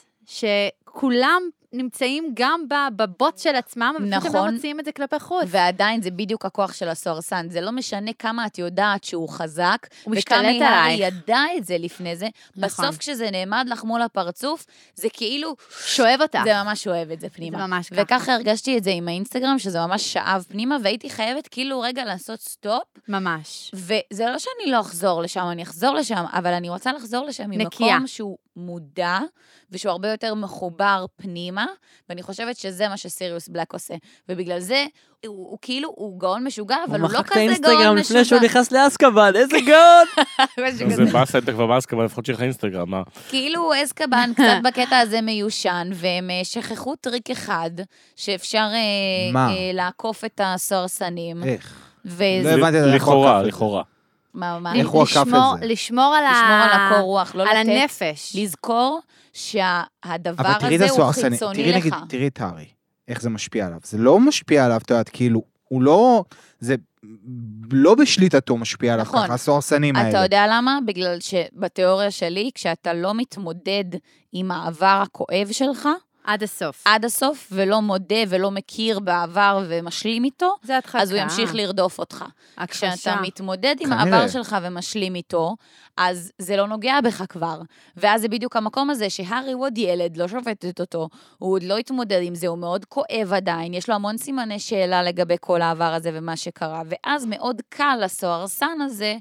שכולם נמצאים גם ב- בבוץ של עצמם, אבל פשוט הם לא נכון. מוציאים את זה כלפי חוץ. ועדיין זה בדיוק הכוח של הסוהרסן, זה לא משנה כמה את יודעת שהוא חזק, הוא משתלט וכמה היא עלייך. ידע את זה לפני זה, נכון. בסוף כשזה נעמד לך מול הפרצוף, זה כאילו, שואב אותך. זה ממש אוהב את זה זה פנימה. ממש ככה. וככה הרגשתי את זה עם האינסטגרם, שזה ממש שאב פנימה, והייתי חייבת כאילו רגע לעשות סטופ, [laughs] ממש. וזה לא שאני לא אחזור לשם, אני אחזור לשם, אבל אני רוצה לחזור לשם נקייה. ממקום שהוא מודע, ושהוא הרבה יותר מחובר פנימה, ואני חושבת שזה מה שסיריוס בלק עושה. ובגלל זה, הוא, הוא כאילו, הוא גאון משוגע, אבל הוא לא מחק את כזה האינסטגרם גאון לפני שהוא משוגע. נכנס לאסקבן, איזה גאון! משהו זה כזה. באסה, אתה כבר באסה, אבל לפחות שיהיה לך אינסטגרם, מה? כאילו אסקבן קצת בקטע הזה מיושן, והם אה, שכחו טריק אחד, שאפשר אה, מה? אה, לעקוף את הסוהרסנים. איך? לא וזה... הבנתי איך הוא לכאורה, עקף את זה. לכאורה. מה, מה? איך הוא עקף את לשמור- זה? לשמור על ה... לשמור על הקור רוח, לא על לתת הנפש. לזכור שהדבר אבל תראי את הזה הוא הסוהרסנים, חיצוני תראי לך. נגיד, תראי את הארי, איך זה משפיע עליו. זה לא משפיע עליו, את יודעת, כאילו, הוא לא, זה לא בשליטתו משפיע עליו נכון. ככה, הסוהרסנים האלה. אתה יודע למה? בגלל שבתיאוריה שלי, כשאתה לא מתמודד עם העבר הכואב שלך, עד הסוף. עד הסוף, ולא מודה ולא מכיר בעבר ומשלים איתו, זה הדחקה. אז הוא ימשיך לרדוף אותך. הכחשה. כשאתה מתמודד עם כנראה. העבר שלך ומשלים איתו, אז זה לא נוגע בך כבר. ואז זה בדיוק המקום הזה שהארי הוא עוד ילד, לא שופטת אותו, הוא עוד לא התמודד עם זה, הוא מאוד כואב עדיין, יש לו המון סימני שאלה לגבי כל העבר הזה ומה שקרה, ואז מאוד קל לסוהרסן הזה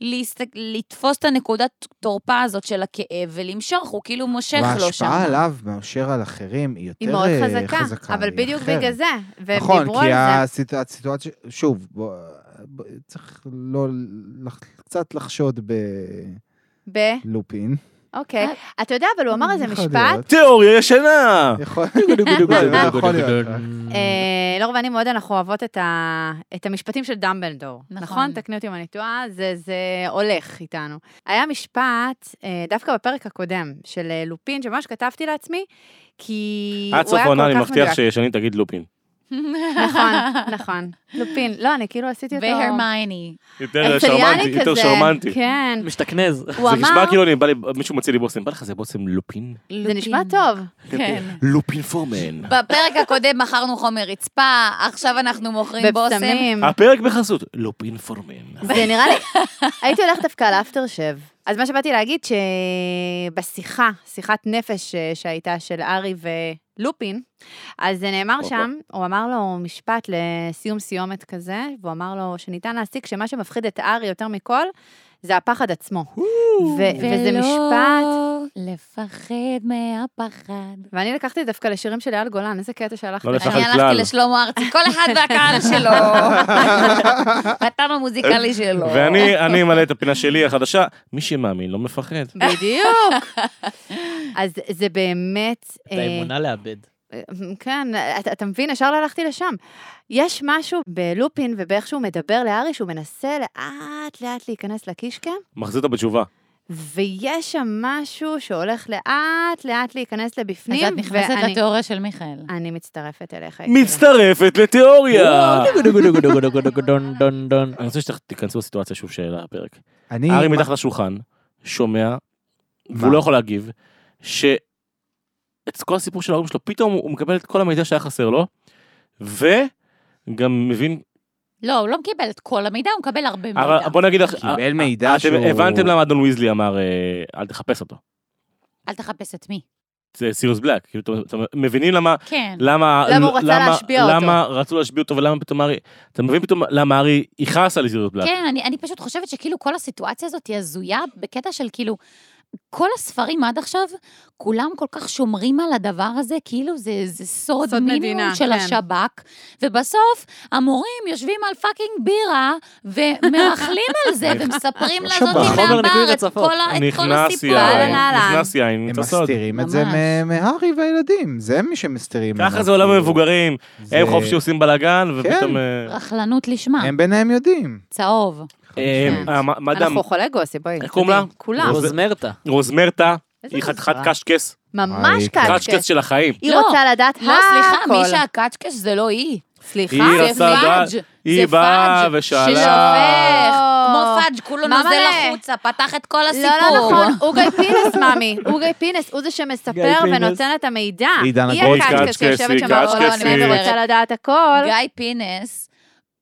להסת... לתפוס את הנקודת תורפה הזאת של הכאב ולמשוך, הוא כאילו מושך לו שם. וההשפעה עליו מאשר על אחרים היא יותר היא מאוד אה, חזקה, חזקה, אבל היא בדיוק אחרת. בגלל זה, והם נכון, דיברו כי על זה. הסיט- הסיטואציה, שוב, בוא- בוא- צריך לא, לח- קצת לחשוד ב... בלופין. אוקיי. אה, אתה יודע, אבל הוא אמר איזה יכול משפט, להיות. תיאוריה ישנה! יכול לא, יכול להיות. Mm. אה, לור ואני מאוד, אנחנו אוהבות את ה- את המשפטים של דמבלדור. נכון. נכון? תקני אותי אם אני טועה, זה- זה הולך איתנו. היה משפט, אה, דווקא בפרק הקודם, של אה, לופין, שממש כתבתי לעצמי, כי עד הוא סוף היה כל העונה אני כך מדויק. מבטיח ששני תגיד לופין. נכון, נכון. לופין, לא, אני כאילו עשיתי אותו... והרמייני. יותר הרצליאני שרמנטי, יותר כזה. שרמנטי. כן. [laughs] משתכנז. הוא זה נשמע אמר, כאילו אני בא לי, מישהו מוציא לי בושם, בא לך זה בושם לופין? זה נשמע טוב. כן. לופין פורמן. בפרק הקודם מכרנו חומר רצפה, עכשיו אנחנו מוכרים בושם. בפסמים. הפרק בחסות, לופין פורמן. [laughs] זה נראה לי, הייתי הולכת דווקא על אפטר שב. אז מה שבאתי להגיד, שבשיחה, שיחת נפש אה, שהייתה של ארי ולופין, אז זה נאמר הופה. שם, הוא אמר לו משפט לסיום סיומת כזה, והוא אמר לו שניתן להסיק שמה שמפחיד את ארי יותר מכל, זה הפחד עצמו. ו- וזה משפט, לפחד מהפחד. ואני לקחתי דווקא לשירים של אייל גולן, איזה קטע שהלכתי לא לשם. לפחד. אני כלל. הלכתי לשלמה ארצי, כל אחד [laughs] והקהל שלו. הטעם המוזיקלי שלו. ואני אני מלא את הפינה שלי החדשה, מי שמאמין לא מפחד. בדיוק. [laughs] אז זה באמת... את אה, האמונה לאבד. כן, אתה, אתה מבין, ישר לא הלכתי לשם. יש משהו בלופין ובאיך שהוא מדבר לארי, שהוא מנסה לאט-לאט להיכנס לקישקע, מחזיר אותו בתשובה. ויש שם משהו שהולך לאט-לאט להיכנס לבפנים, אז את נכנסת לתיאוריה של מיכאל. אני מצטרפת אליך. יקירה. מצטרפת לתיאוריה! דון דון דון. אני רוצה שתיכנסו לסיטואציה שוב שאלה הפרק. אני... ארי מתחת לשולחן, שומע, מה? והוא לא יכול להגיב, ש... את כל הסיפור של ההורים שלו, פתאום הוא מקבל את כל המידע שהיה חסר לו, וגם מבין, לא, הוא לא מקבל את כל המידע, הוא מקבל הרבה מידע. אבל בוא נגיד, אה, קיבל מידע אתם שהוא- הבנתם למה אדון ויזלי אמר, אה, אל תחפש אותו. אל תחפש את מי. זה סיריוס בלק, כאילו, אתם- אתם מבינים למה, כן. למה, למה הוא רצה להשפיע אותו. למה רצו להשפיע אותו, ולמה פתאום ארי, אתה מבין פתאום למה ארי יכעס על סיריוס בלק. כן, אני, אני פשוט חושבת שכאילו כל הסיטואציה הזאת היא הזויה בקטע של כאילו, כל הספרים עד עכשיו, כולם כל כך שומרים על הדבר הזה, כאילו זה, זה סוד, סוד סוד מינימום מדינה, מדינה, של כן. כן. השב"כ, ובסוף המורים יושבים על פאקינג בירה ומרכלים על זה ומספרים לא לזאת שב"כ. חומר מהבר ניקוי את כל רצפות. ה- את כל נכנס הסיפור. יין, אהלן, אהלן. נכנס יין, הם את הסוד. מסתירים את זה ממש. מ- מהארי והילדים, זה מי שמסתירים. ככה ממנו. זה עולם המבוגרים, כאילו. זה- כן. הם חופשי עושים בלאגן, ופתאום... אה, רכלנות לשמה, הם ביניהם יודעים. צהוב. אה, כן. אה, מה- מה דם? אנחנו חולי גוסי, בואי. איך קוראים לה? יודעים, לא. כולם. רוז- רוזמרטה. רוזמרטה, איזה היא חתיכת מוזרה. קשקס, ממש אה, היי, קשקס קשקש. של החיים. היא לא, רוצה לדעת הכל. לא, סליחה, מי שהקצ'קש זה לא היא. סליחה? היא זה רצה לדעת, פאג', היא זה באה פאג' ושאלה... ששופך, לא. כמו פאג', כולו מה נוזל מלא? החוצה, פתח את כל הסיפור. לא, לא נכון, הוא גיא פינס, מאמי. [laughs] הוא גיא פינס, הוא זה גיא שמספר פינס. ונותן את המידע. היא דנה היא גולדקסט, הקשקש שיושבת היא שם מאחורי קשקשית. האוזניים ורוצה לדעת הכל. גיא פינס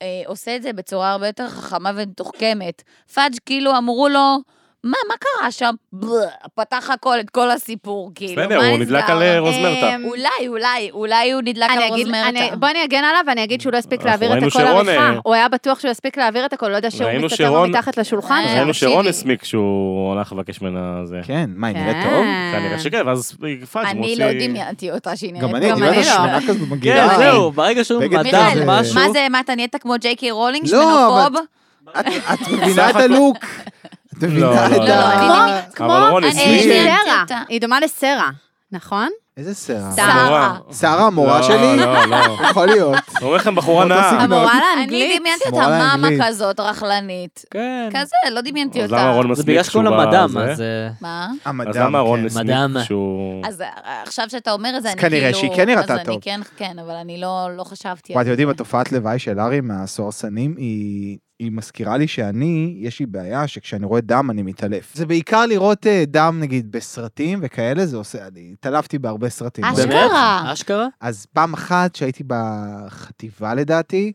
אה, עושה את זה בצורה הרבה יותר חכמה ומתוחכמת. פאג' כאילו אמרו לו, מה, מה קרה שם? בל, פתח הכל, את כל הסיפור, כאילו, בסדר, מה הוא נסגר? נדלק על אה, רוזמרטה. אמ, אולי, אולי, אולי הוא נדלק על אני אגיד, אני, רוזמרטה. בוא אני אגן עליו ואני אגיד שהוא לא הספיק אנחנו להעביר את ראינו הכל שרון, עריכה. אה, הוא היה בטוח שהוא יספיק להעביר את הכל, לא יודע שהוא ראינו מסתתר לו שרון- מתחת לשולחן. אה, ראינו תקשיבי. שרון הסמיק שהוא הולך לבקש ממנה זה. כן, מה, היא נראית כן. טוב? כנראה שכן, ואז פאג' אני מוציא... לא דמיינתי אותה שהיא נראית גם אני, גם תראה אני את לא. השמנה כזאת כן, מגעילה. זהו, ברגע שהוא בגד מדע כזה. משהו. מה זה, מה, אתה נהיית כמו ג'יי קיי רולינג, לא, שמנופוב? אבל- את את מבינה את הלוק? את מבינה את לא, לא, לא, אני ה... דמיינתי. כמו אבל רון אה, הסמיק. סרה, אותה. היא דומה לסרה, [laughs] נכון? איזה שערה? שרה. נורא. שערה המורה שלי? לא, לא, לא. יכול להיות. אומר לכם בחורה אותו נאה. סגנון. המורה אני לאנגלית. דמיינתי אותה מורה מאמה לאנגלית. כזאת, רכלנית. כן. כזה, לא דמיינתי אז למה אותה. רון זה מסמיק בגלל שקוראים לה שהוא בא- מדע, אז... זה? אה, מה? המדע. אז למה רון כן. הסמיק מדעם. שהוא... אז אה, עכשיו שאתה אומר את זה, אז אני כאילו... כנראה שהיא כן נראתה אז טוב. אני כן, כן, אבל אני לא, לא חשבתי וואי, על אתם זה. יודעים, התופעת לוואי של ארי מהסוהרסנים היא היא מזכירה לי שאני, יש לי בעיה שכשאני רואה דם אני מתעלף. זה בעיקר לראות אה, דם נגיד בסרטים וכאלה, זה עושה, אני התעלפתי בהרבה סרטים. אה, אשכרה. באמת? אשכרה? אז פעם אחת שהייתי בחטיבה לדעתי,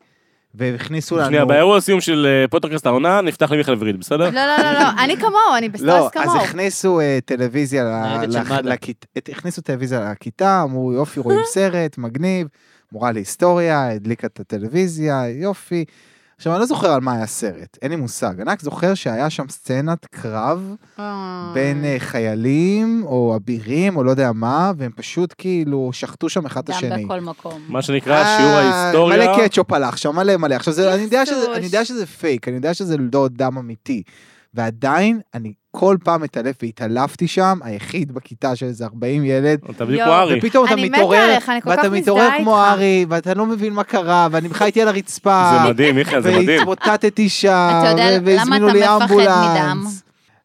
והכניסו לנו... שנייה, באירוע הסיום של אה, פודקאסט העונה, נפתח למיכאל וריד, בסדר? לא, לא, לא, לא, אני כמוהו, אני בסטרס לא, כמוהו. אז הכניסו אה, טלוויזיה ל- ניידת של לכ- מד"א. לכית- את- הכניסו טלוויזיה לכיתה, אמרו יופי, רואים סרט, מגניב, מורה להיסטוריה, הדליקה את הטלוויזיה, יופי. עכשיו, אני לא זוכר על מה היה הסרט, אין לי מושג. אני רק זוכר שהיה שם סצנת קרב אה. בין אה, חיילים או אבירים או לא יודע מה, והם פשוט כאילו שחטו שם אחד את גם השני. בכל מקום. מה שנקרא שיעור אה, ההיסטוריה. מלא קטשופ הלך שם, מלא מלא. עכשיו, זה- אני יודע שזה- יחסוש. אני יודע שזה פייק, אני יודע שזה לא דם אמיתי. ועדיין, אני כל פעם מתעלף, והתעלפתי שם, היחיד בכיתה של איזה 40 ילד. אתה בדיוק יואו. כמו ארי. ופתאום אתה אני מתה מתעורר, עליך, אני כל כך ואתה מזדהה מתעורר כמו איתך. ארי, ואתה לא מבין מה קרה, ואני בכלל הייתי על הרצפה. זה מדהים, מיכאל, זה מדהים. והתמוטטתי שם, אתה יודע ו- למה והזמינו אתה לי מפחד מדם? אמבולנס.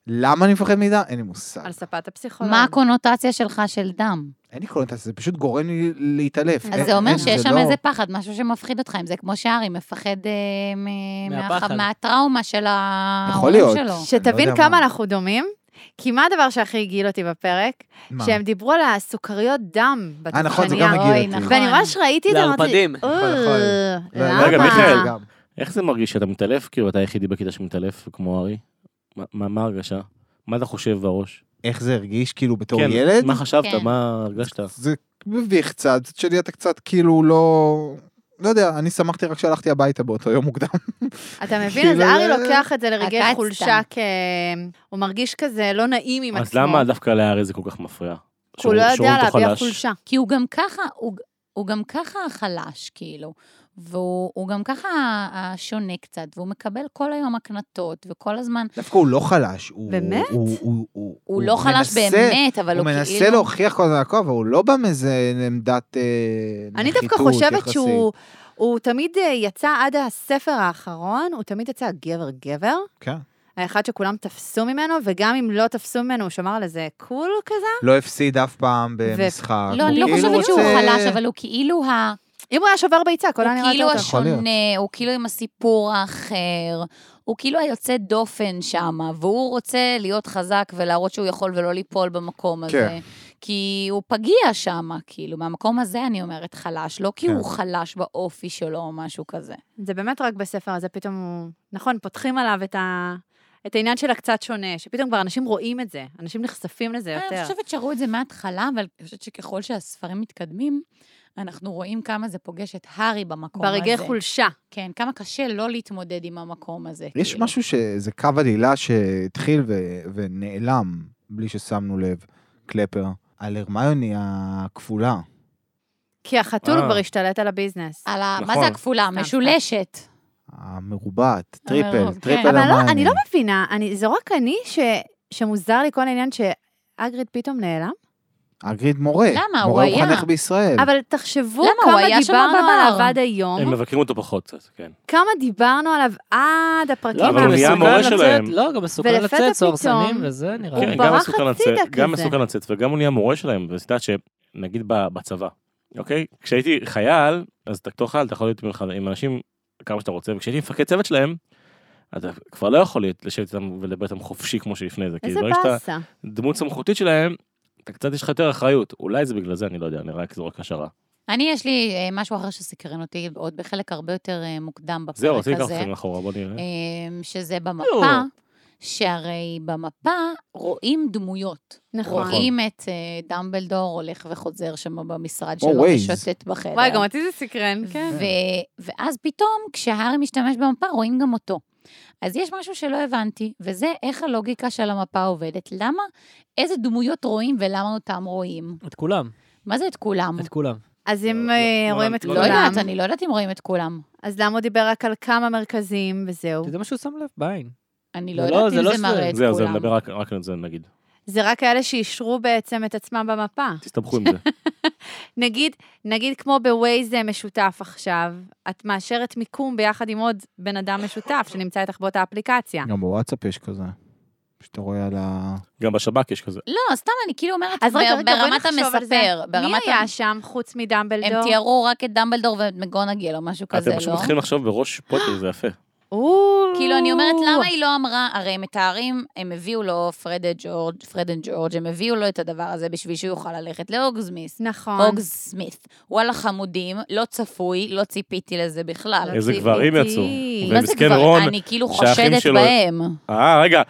למה אני מפחד מדם? אין לי מושג. על ספת הפסיכולוג. מה הקונוטציה שלך של דם? אין לי קונוטציה, זה פשוט גורם לי להתעלף. אין- אז זה אומר אין, שיש שם לא- איזה פחד, משהו שמפחיד אותך, אם זה כמו שארי מפחד אה, מ- מהפחד. מהח- מהטראומה של יכול ההורים להיות. שלו. אני לא שתבין יודע כמה מה. אנחנו דומים, כי מה הדבר שהכי הגעיל אותי בפרק? מה? שהם דיברו על הסוכריות דם בתוכניה. אה, נכון, זה גם אוי, מגיע אותי. נכון. ואני ממש ראיתי את זה, אמרתי, לערפדים. "אה, יכול, יכול. לא, למה? רגע, מיכאל. גם. איך זה מרגיש שאתה מתעלף? כאילו, אתה היחידי בכיתה שמתעלף, כמו ארי? מה- מה מה ההרגשה? מה אתה חושב בראש? איך זה הרגיש כאילו בתור כן, ילד? מה חשבת? כן. מה הרגשת? זה מביך קצת, מצד שני אתה קצת כאילו לא... לא יודע, אני שמחתי רק שהלכתי הביתה באותו יום מוקדם. אתה מבין? כאילו, אז ארי אה, לוקח את זה לרגעי עקצת. חולשה, כ... הוא מרגיש כזה לא נעים עם אז עצמו. למה דווקא לארי זה כל כך מפריע? כי הוא לא יודע להביע חולשה. כי הוא גם ככה, הוא, הוא גם ככה חלש, כאילו. והוא הוא גם ככה השונה קצת, והוא מקבל כל היום הקנטות, וכל הזמן, [laughs] דווקא הוא לא חלש. הוא, באמת? הוא, הוא, הוא, הוא, הוא, לא חלש מנסה- באמת, אבל הוא הוא, מנסה לא כאילו... להוכיח כל הזמן הכל, אבל הוא לא בא מאיזה עמדת אה, נחיתות אני דווקא חושבת יחסית. שהוא הוא תמיד אה, יצא עד הספר האחרון, הוא תמיד יצא גבר-גבר. כן. האחד שכולם תפסו ממנו, וגם אם לא תפסו ממנו, הוא שמר על איזה קול כזה. לא הפסיד אף פעם במשחק. לא, אני הוא לא כאילו חושבת שהוא רוצה- חלש, אבל הוא כאילו ה... אם הוא היה שובר ביצה, כל הוא היה נראה כאילו יותר טוב. יכול להיות. השונה, הוא כאילו עם הסיפור האחר, הוא כאילו היוצא דופן שם, והוא רוצה להיות חזק ולהראות שהוא יכול ולא ליפול במקום הזה. כן. כי הוא פגיע שם, כאילו, מהמקום הזה אני אומרת חלש, לא כי כן. הוא חלש באופי שלו או משהו כזה. זה באמת רק בספר הזה, פתאום הוא... נכון, פותחים עליו את ה... את העניין של הקצת שונה, שפתאום כבר אנשים רואים את זה, אנשים נחשפים לזה אה, אני יותר. חושבת שראו את זה מההתחלה, אבל אני חושבת שככל שהספרים מתקדמים, אנחנו רואים כמה זה פוגש את הארי במקום הזה. ברגעי חולשה. כן, כמה קשה לא להתמודד עם המקום הזה. יש אה, כאילו. נכון. משהו שזה קו עלילה שהתחיל ו... ונעלם בלי ששמנו לב, קלפר, על הרמיוני הכפולה. כי החתול אה. כבר השתלט על הביזנס. על ה... מה נכון. זה הכפולה? סתם, משולשת. המרובעת, טריפל, המרוב, טריפל כן. אה, אבל הרמיוני. לא, אני לא מבינה, אני, זה רק אני ש, שמוזר לי כל העניין שאגריד פתאום נעלם. אגריד מורה. למה? הוא מורה היה. חונך בישראל. אבל תחשבו למה? הוא כמה היה שם דיברנו בבר. עליו עד היום, כן. הם מבקרים אותו פחות קצת, כן. כמה דיברנו עליו עד הפרקים לא, אבל הוא נהיה המסוכנים. מורה לצאת- שלהם. לא, גם מסוכן ולפתע לצאת, פתאום- סוהרסנים וזה נראה כן, לי. הוא גם ברח מסוכן הצידה לצאת, גם כזה. מסוכן לצאת וגם הוא נהיה מורה שלהם, ואת יודעת שנגיד ב- בצבא, אוקיי? כשהייתי חייל, אז אתה בתור חייל אתה יכול להיות עם חייל- עם אנשים כמה שאתה רוצה, וכשהייתי מפקד צוות שלהם, אתה כבר לא יכול להיות- לשבת איתם ולדבר איתם חופשי כמו שלפני זה, כי לא איזה ברגע שאתה באסה. דמות סמכותית שלהם, אתה קצת יש לך יותר אחריות, אולי זה בגלל זה, אני לא יודע, אני רק זורק השערה. אני, יש לי אה, משהו אחר שסקרן אותי, עוד בחלק הרבה יותר אה, מוקדם בפרק הזה. זהו, רציתי לקחת אתכם לאחורה, בוא נראה. אה, שזה לא. במפה, שהרי במפה רואים דמויות. נכון. רואים את אה, דמבלדור הולך וחוזר שם במשרד או שלו Waze. ושוטט בחדר. וואי, גם אותי זה סקרן, כן. ו- ואז פתאום, כשהארי משתמש במפה, רואים גם אותו. אז יש משהו שלא הבנתי, וזה איך הלוגיקה של המפה עובדת. למה, איזה דמויות רואים ולמה אותם רואים? את כולם, מה זה את כולם? את כולם. אז אם לא, אה, לא, רואים לא, את לא לא כולם, יודעת, אני לא יודעת אם רואים את כולם. אז למה הוא דיבר רק על כמה מרכזים וזהו? אתה יודע מה שהוא שם לב? בעין. אני לא זה לא- יודעת זה אם לא זה ש- מראה את זהו, זהו, כולם. נדבר רק- רק על זה נגיד. זה רק כאלה שאישרו בעצם את עצמם במפה. תסתבכו עם [laughs] זה. נגיד, נגיד כמו בווייז אה, משותף עכשיו, את מאשרת מיקום ביחד עם עוד בן אדם משותף שנמצא איתך באותה אפליקציה. גם בוואטסאפ יש כזה. שאתה רואה על ה... גם בשב"כ יש כזה. לא, סתם, אני כאילו אומרת, אז רגע, ב- רגע, בואי ברמת נחשוב על זה. המספר, מי ברמת... היה המ- שם חוץ הם מדמבלדור? תיארו רק את דמבלדור ואת מגונגל או משהו כזה, אתם פשוט לא? מתחילים לחשוב בראש פוטר, זה יפה. או, כאילו, אני אומרת, למה היא לא אמרה, הרי הם מתארים, הם הביאו לו פרד אנד ג'ורג', פרד אנד ג'ורג', הם הביאו לו את הדבר הזה בשביל שהוא יוכל ללכת להוגזמיס. נכון. הוגז סמית. וואלה חמודים, לא צפוי, לא ציפיתי לזה בכלל. איזה גברים ציפיתי. יצאו. מה זה ומסכן כבר? רון, אני כאילו שהאחים חושדת שלו- בהם. אה, רגע.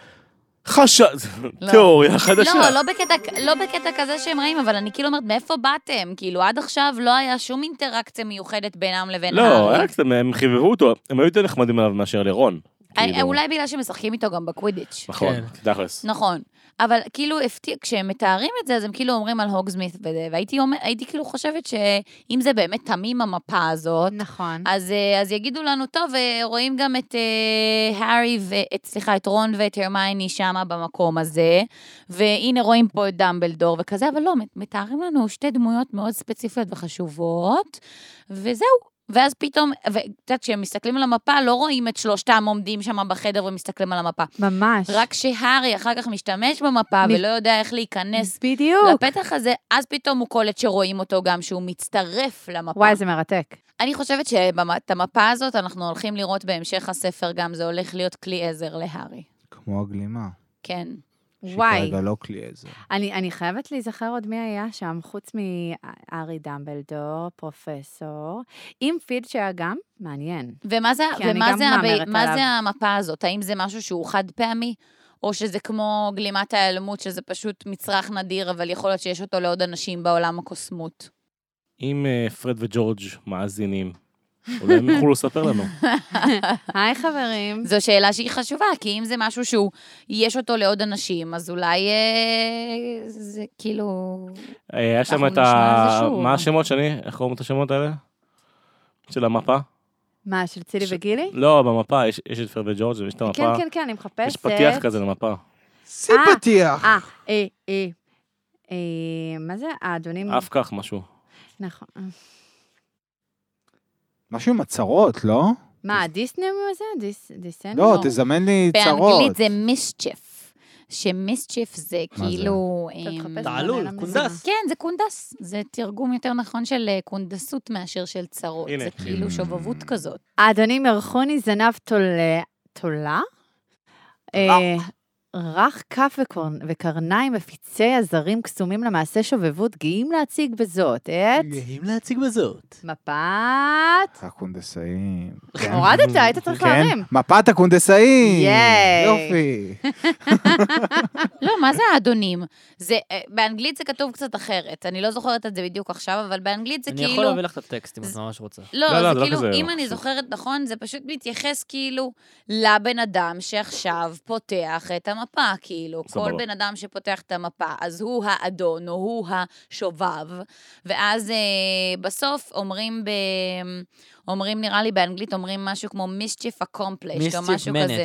חש... לא. תיאוריה חדשה. לא, לא בקטע, לא בקטע כזה שהם רעים, אבל אני כאילו אומרת, מאיפה באתם? כאילו, עד עכשיו לא היה שום אינטראקציה מיוחדת בינם לבין לא, הארי. היה קצת, הם חיבבו אותו, הם היו יותר נחמדים עליו מאשר לרון. אה, כאילו. אולי בגלל שמשחקים איתו גם בקווידיץ'. נכון, תכלס. נכון. אבל כאילו, הפתיע, כשהם מתארים את זה, אז הם כאילו אומרים על הוגסמית וזה, והייתי אומר, הייתי כאילו חושבת שאם זה באמת תמים המפה הזאת, נכון. אז, אה, אז יגידו לנו, טוב, אה, רואים גם את אה, הארי, ו- את, סליחה, את רון ואת הרמייני שמה במקום הזה, והנה רואים פה את דמבלדור וכזה, אבל לא, מת- מתארים לנו שתי דמויות מאוד ספציפיות וחשובות, וזהו. ואז פתאום, ואת יודעת, כשהם מסתכלים על המפה, לא רואים את שלושתם עומדים שם בחדר ומסתכלים על המפה. ממש. רק שהארי אחר כך משתמש במפה מ- ולא יודע איך להיכנס בדיוק. לפתח הזה, אז פתאום הוא קולט שרואים אותו גם, שהוא מצטרף למפה. וואי, זה מרתק. אני חושבת שאת המפה הזאת אנחנו הולכים לראות בהמשך הספר גם, זה הולך להיות כלי עזר להארי. כמו הגלימה. כן. וואי. שהיא כרגע לא כלי עזר. אני, אני חייבת להיזכר עוד מי היה שם, חוץ מארי דמבלדור, פרופסור, עם פילד שהיה גם, [laughs] מעניין. ומה זה, כי כן, אני ומה גם זה, הבי, מהמרת מה עליו. זה המפה הזאת? האם זה משהו שהוא חד פעמי? או שזה כמו גלימת ההיעלמות, שזה פשוט מצרך נדיר, אבל יכול להיות שיש אותו לעוד אנשים בעולם הקוסמות. אם אה, פרד וג'ורג' מאזינים, אולי הם יוכלו לספר [laughs] לנו. היי חברים. זו שאלה שהיא חשובה, כי אם זה משהו שהוא, יש אותו לעוד אנשים, אז אולי אה, זה כאילו... אה, היה שם אנחנו את נשמע על זה ה... שוב. מה השמות שני? איך קוראים את השמות האלה? של המפה? מה, של צילי ש- וגילי? לא, במפה, יש יש את פרד וג'ורג' ויש את כן, המפה. כן, כן, אני מחפשת. יש פתיח כזה למפה. סי אה, פתיח. אה, אה, אה. אה, מה זה? האדונים... Mm. אף כך משהו. נכון. משהו עם הצהרות, לא? מה, הדיסני הזה? דיס- אה, דיסני? לא, לא. תזמן לי צרות. באנגלית זה מיסצ'ף, שמיסצ'ף זה מה זה? כאילו... אתה אמ, תחפש תעלול, בנאדם קונדס. הזה. כן, זה קונדס. זה תרגום יותר נכון של אה, קונדסות מאשר של צרות. הנה. זה כאילו Mm. שובבות כזאת. האדונים ירחוני זנב תולה, תולה? אה, רך כף וקורנ- וקרניים מפיצי הזרים קסומים למעשה שובבות, גאים להציג בזאת את גאים להציג בזאת. מפת... הקונדסאים. כן. הורדת, היית צריך להרים. כן, מפת הקונדסאים. ייי. יופי. לא, מה זה האדונים? זה, אה, באנגלית זה כתוב קצת אחרת. אני לא זוכרת את זה בדיוק עכשיו, אבל באנגלית זה אני כאילו... יכול להביא לך את הטקסט אם את ממש רוצה. לא, לא, לא, לא, זה זה לא כאילו, כזה, אם לא. אני זוכרת נכון, זה פשוט מתייחס כאילו לבן אדם שעכשיו פותח את המפה, כאילו. סבבה. כל בן אדם שפותח את המפה, אז הוא האדון או הוא השובב, ואז אה, בסוף אומרים ב... אומרים, נראה לי באנגלית, אומרים משהו כמו mischief accomplished, או משהו כזה.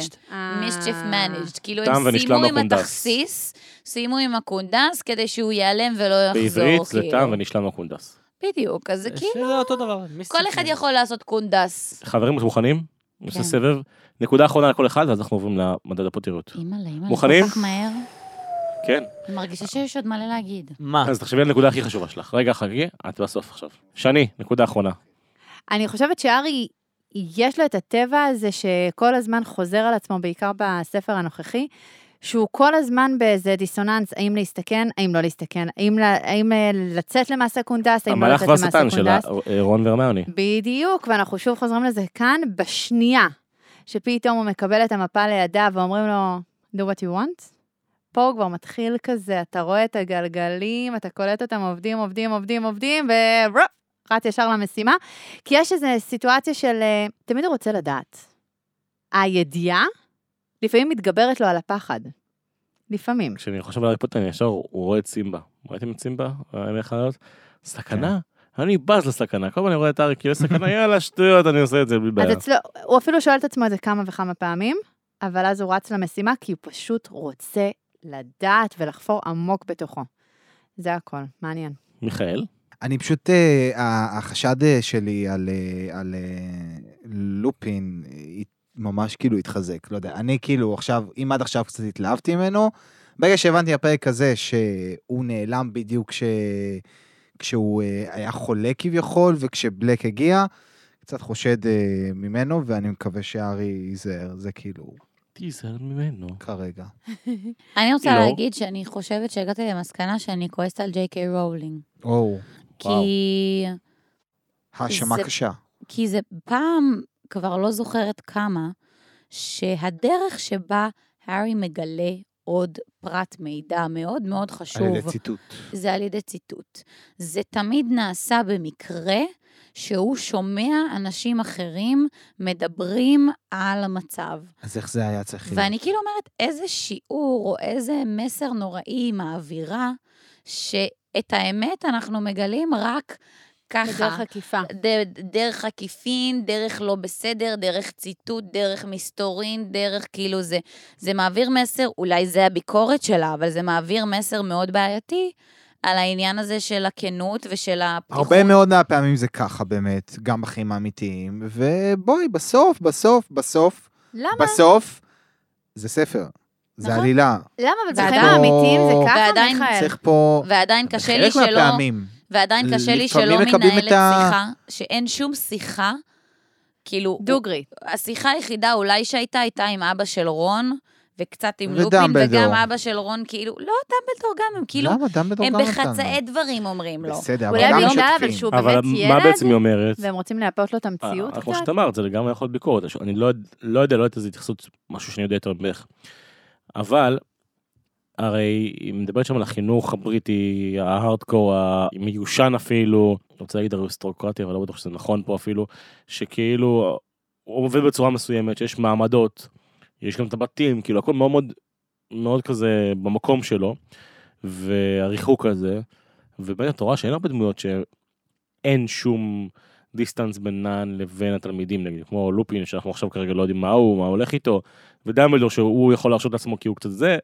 אה, mischief managed. כאילו, תם הם ונשלם סיימו עם הקונדס. התכסיס, סיימו עם הקונדס, כדי שהוא ייעלם ולא יחזור. בעברית זה כאילו. טעם ונשלם הקונדס. בדיוק, אז זה כאילו, שזה אותו דבר. כל אחד יכול לעשות קונדס. חברים, אתם מוכנים? נעשה כן. סבב. נקודה אחרונה על כל אחד, ואז אנחנו עוברים למדד הפוטריות. אימא'לה, אימא'לה, מוכנים? כל כך מהר. כן. אני מרגישה שיש עוד מלא להגיד. מה? אז תחשבי על הנקודה הכי חשובה שלך. רגע, חגי, את בסוף עכשיו. שני, נקודה אחרונה. אני חושבת שארי, יש לו את הטבע הזה שכל הזמן חוזר על עצמו, בעיקר בספר הנוכחי, שהוא כל הזמן באיזה דיסוננס, האם להסתכן, האם לא להסתכן, האם, ל- האם אה, לצאת למעשה קונדס, האם לא המלאך לצאת למעשה קונדס. והשטן של ה- אה, רון והרמיוני. בדיוק, ואנחנו שוב חוזרים לזה כאן, בשנייה שפתאום הוא מקבל את המפה לידיו ואומרים לו, do what you want, פה הוא כבר מתחיל כזה, אתה רואה את הגלגלים, אתה קולט אותם עובדים, עובדים, עובדים, עובדים, ורופ, רץ ישר למשימה. כי יש איזו סיטואציה של, אה, תמיד הוא רוצה לדעת. הידיעה לפעמים מתגברת לו על הפחד. לפעמים. כשאני חושב על הארי פוטר, אני ישר הוא רואה את סימבה. ראיתם את סימבה? המלך החיות? סכנה? אני בז לסכנה. כל הזמן אני רואה את הארי כאילו סכנה, יאללה, שטויות, אני עושה את זה בלי אז בעיה. אצלו, הוא אפילו שואל את עצמו את זה כמה וכמה פעמים, אבל אז הוא רץ למשימה כי הוא פשוט רוצה לדעת ולחפור עמוק בתוכו. זה הכל, מעניין. מיכאל? אני פשוט, אה, ה- החשד אה, שלי על, אה, על אה, לופין אה, הת- ממש כאילו התחזק, לא יודע, אני כאילו עכשיו, אם עד עכשיו קצת התלהבתי ממנו, ברגע שהבנתי הפרק הזה שהוא נעלם בדיוק כש... כשהוא אה, היה חולה כביכול וכשבלק הגיע, קצת חושד אה, ממנו, ואני מקווה שארי ייזהר, זה כאילו תיזהר ממנו. כרגע. אני רוצה לא. להגיד שאני חושבת שהגעתי למסקנה שאני כועסת על ג'יי קיי רולינג. או, כי... האשמה זה- קשה. כי זה פעם, כבר לא זוכרת כמה, שהדרך שבה הארי מגלה עוד פרט מידע מאוד מאוד על ידי חשוב, ציטוט. זה על ידי ציטוט. זה תמיד נעשה במקרה שהוא שומע אנשים אחרים מדברים על המצב. אז איך זה היה צריך להיות? ואני כאילו אומרת, איזה שיעור או איזה מסר נוראי היא מעבירה, שאת האמת אנחנו מגלים רק ככה. בדרך עקיפה. ד- דרך עקיפין, דרך לא בסדר, דרך ציטוט, דרך מסתורין, דרך כאילו זה. זה מעביר מסר, אולי זה הביקורת שלה, אבל זה מעביר מסר מאוד בעייתי על העניין הזה של הכנות ושל הפתיחות. הרבה מאוד מהפעמים זה ככה באמת, גם בחיים האמיתיים, ובואי, בסוף, בסוף, בסוף, למה? בסוף, זה ספר, זה נכון. עלילה. למה? אבל בחיים ועדיין- האמיתיים זה ככה, ועדיין- מיכאל? צריך פה, ועדיין קשה לי בחלק שלא... מהפעמים, ועדיין קשה לי לפעמים שלא מקבלים מנהלת את ה- שיחה, שאין שום שיחה, כאילו... דוגרי. השיחה היחידה אולי שהייתה, הייתה עם אבא של רון, וקצת עם לופין, ודמבלדור. וגם אבא של רון, כאילו, לא, דמבלדור גם, הם כאילו, למה דמבלדור הם גם נתן לו? בחצאי לא. דברים אומרים לו. בסדר, אבל אולי גם בגלל, אבל משתפים. שהוא אבל באמת מה ילד, בעצם היא אומרת? והם רוצים להפות לו את אה, המציאות כמו שאת קצת? אמרת, זה לגמרי יכול להיות ביקורת. עכשיו, אני לא, יודע- לא יודע, לא יודעת איזו התייחסות, משהו שאני יודע יותר ממך. אבל, הרי היא מדברת שם על החינוך הבריטי, ההארדקור, המיושן אפילו, אני רוצה להגיד אריסטרוקרטיה, אבל לא בטוח שזה נכון פה אפילו, שכאילו הוא עובד בצורה מסוימת, שיש מעמדות, יש גם את הבתים, כאילו הכל מאוד מאוד, מאוד כזה במקום שלו, והריחוק הזה, ובאמת אתה רואה שאין הרבה דמויות שאין שום דיסטנס בינן לבין התלמידים, נגיד, כמו לופין, שאנחנו עכשיו כרגע לא יודעים מה הוא, מה הולך איתו, ודמבלדור שהוא יכול להרשות לעצמו כי הוא קצת זה,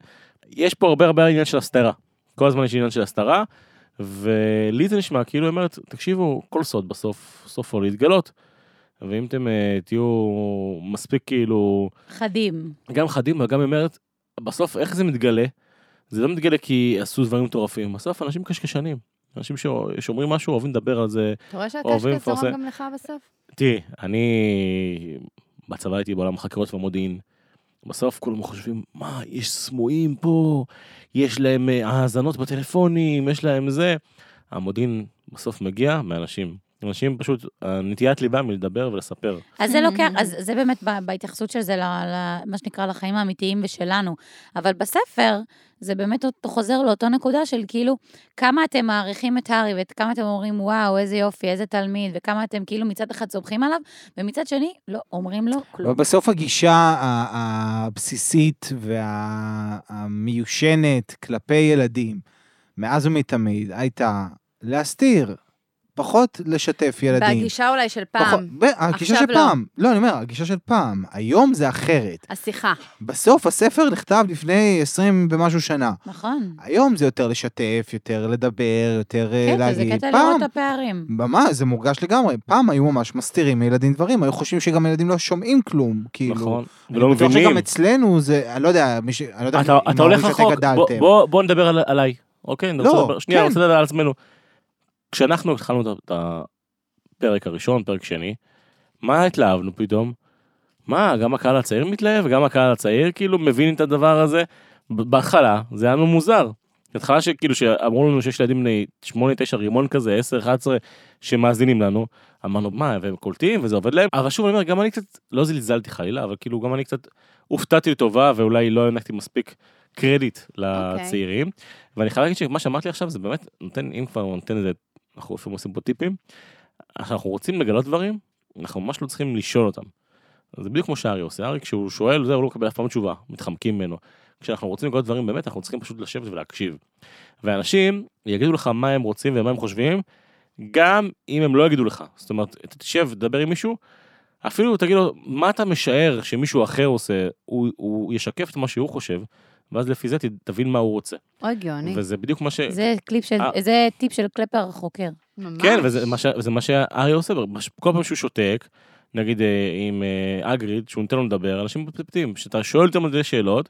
יש פה הרבה הרבה עניין של הסתרה, כל הזמן יש עניין של הסתרה. ולי זה נשמע כאילו היא אומרת, תקשיבו, כל סוד בסוף, סופו להתגלות. ואם אתם אה, תהיו מספיק כאילו, חדים. גם חדים וגם היא אומרת, בסוף איך זה מתגלה? זה לא מתגלה כי עשו דברים מטורפים, בסוף אנשים קשקשנים. אנשים ש- שאומרים משהו אוהבים לדבר על זה. אתה רואה אוהבים שהקשקש זורם לפרסם. גם לך בסוף? תראי, אני בצבא הייתי בעולם החקירות והמודיעין. בסוף כולם חושבים, מה, יש סמויים פה, יש להם אה, האזנות בטלפונים, יש להם זה. המודיעין בסוף מגיע מאנשים. אנשים פשוט, אה, נטיית ליבם היא לדבר ולספר. אז זה לוקח, Mm. אז זה באמת ב- בהתייחסות של זה, ל, ל, מה שנקרא, לחיים האמיתיים ושלנו. אבל בספר, זה באמת אותו- חוזר לאותו נקודה של כאילו, כמה אתם מעריכים את הארי, וכמה אתם אומרים, וואו, איזה יופי, איזה תלמיד, וכמה אתם כאילו מצד אחד סומכים עליו, ומצד שני, לא, אומרים לו אבל כלום. בסוף הגישה ה- הבסיסית והמיושנת כלפי ילדים, מאז ומתמיד, הייתה להסתיר, פחות לשתף ילדים. בהגישה אולי של פחות- נכון. פעם, ב- הגישה עכשיו של פעם. לא, אני אומר, הגישה של פעם. היום זה אחרת. השיחה. בסוף הספר נכתב לפני 20 ומשהו שנה. נכון. היום זה יותר לשתף, יותר לדבר, יותר אה, קטע, זה להגיד. כן, קטע פעם, לראות את הפערים. במה, זה מורגש לגמרי. פעם היו ממש מסתירים מילדים דברים, היו חושבים שגם ילדים לא שומעים כלום, כאילו. נכון, אני ולא בטוח מבינים. שגם אצלנו זה, אני לא יודע, מי ש... אני לא יודע אתה, אם אתה הולך ההורים רחוק, שאתם בוא, גדלתם. בוא, בוא נדבר על, עליי, אוקיי? אני לא, רוצה לדבר, שנייה, כן. אני רוצה לדבר על עצמנו. כשאנחנו התחלנו את ה- את הפרק הראשון, פרק שני, מה התלהבנו פתאום? מה, גם הקהל הצעיר מתלהב, גם הקהל הצעיר כאילו מבין את הדבר הזה? ב- בהתחלה זה היה לנו מוזר. בהתחלה שכאילו שאמרו לנו שיש ילדים בני 8, 9 רימון כזה, 10, 11, שמאזינים לנו, אמרנו מה, והם קולטים וזה עובד להם, אבל שוב אני אומר, גם אני קצת, לא זלזלתי חלילה, אבל כאילו גם אני קצת הופתעתי לטובה ואולי לא הענקתי מספיק קרדיט לצעירים. ואני חייב להגיד שמה שאמרת לי עכשיו זה באמת נותן, אם כבר נותן איזה, אנחנו לפעמים עושים פה טיפים, אנחנו רוצים לגלות דברים, אנחנו ממש לא צריכים לשאול אותם. זה בדיוק כמו שארי עושה, ארי כשהוא שואל, זה הוא לא מקבל אף פעם תשובה, מתחמקים ממנו. כשאנחנו רוצים לגלות דברים באמת, אנחנו צריכים פשוט לשבת ולהקשיב. ואנשים יגידו לך מה הם רוצים ומה הם חושבים, גם אם הם לא יגידו לך. זאת אומרת, אתה תשב, תדבר עם מישהו, אפילו תגיד לו, מה אתה משער שמישהו אחר עושה, הוא, הוא ישקף את מה שהוא חושב, ואז לפי זה ת- תבין מה הוא רוצה. אוי, גאוני. וזה בדיוק מה ש... זה קליפ של, אה. זה טיפ של קלפר החוקר. ממש. כן, וזה מה, ש... וזה מה שארי עושה, בש- כל פעם שהוא שותק, נגיד אה, עם אה, אגריד, שהוא נותן לו לדבר, אנשים מתפטפטים, כשאתה שואל אותם על זה שאלות,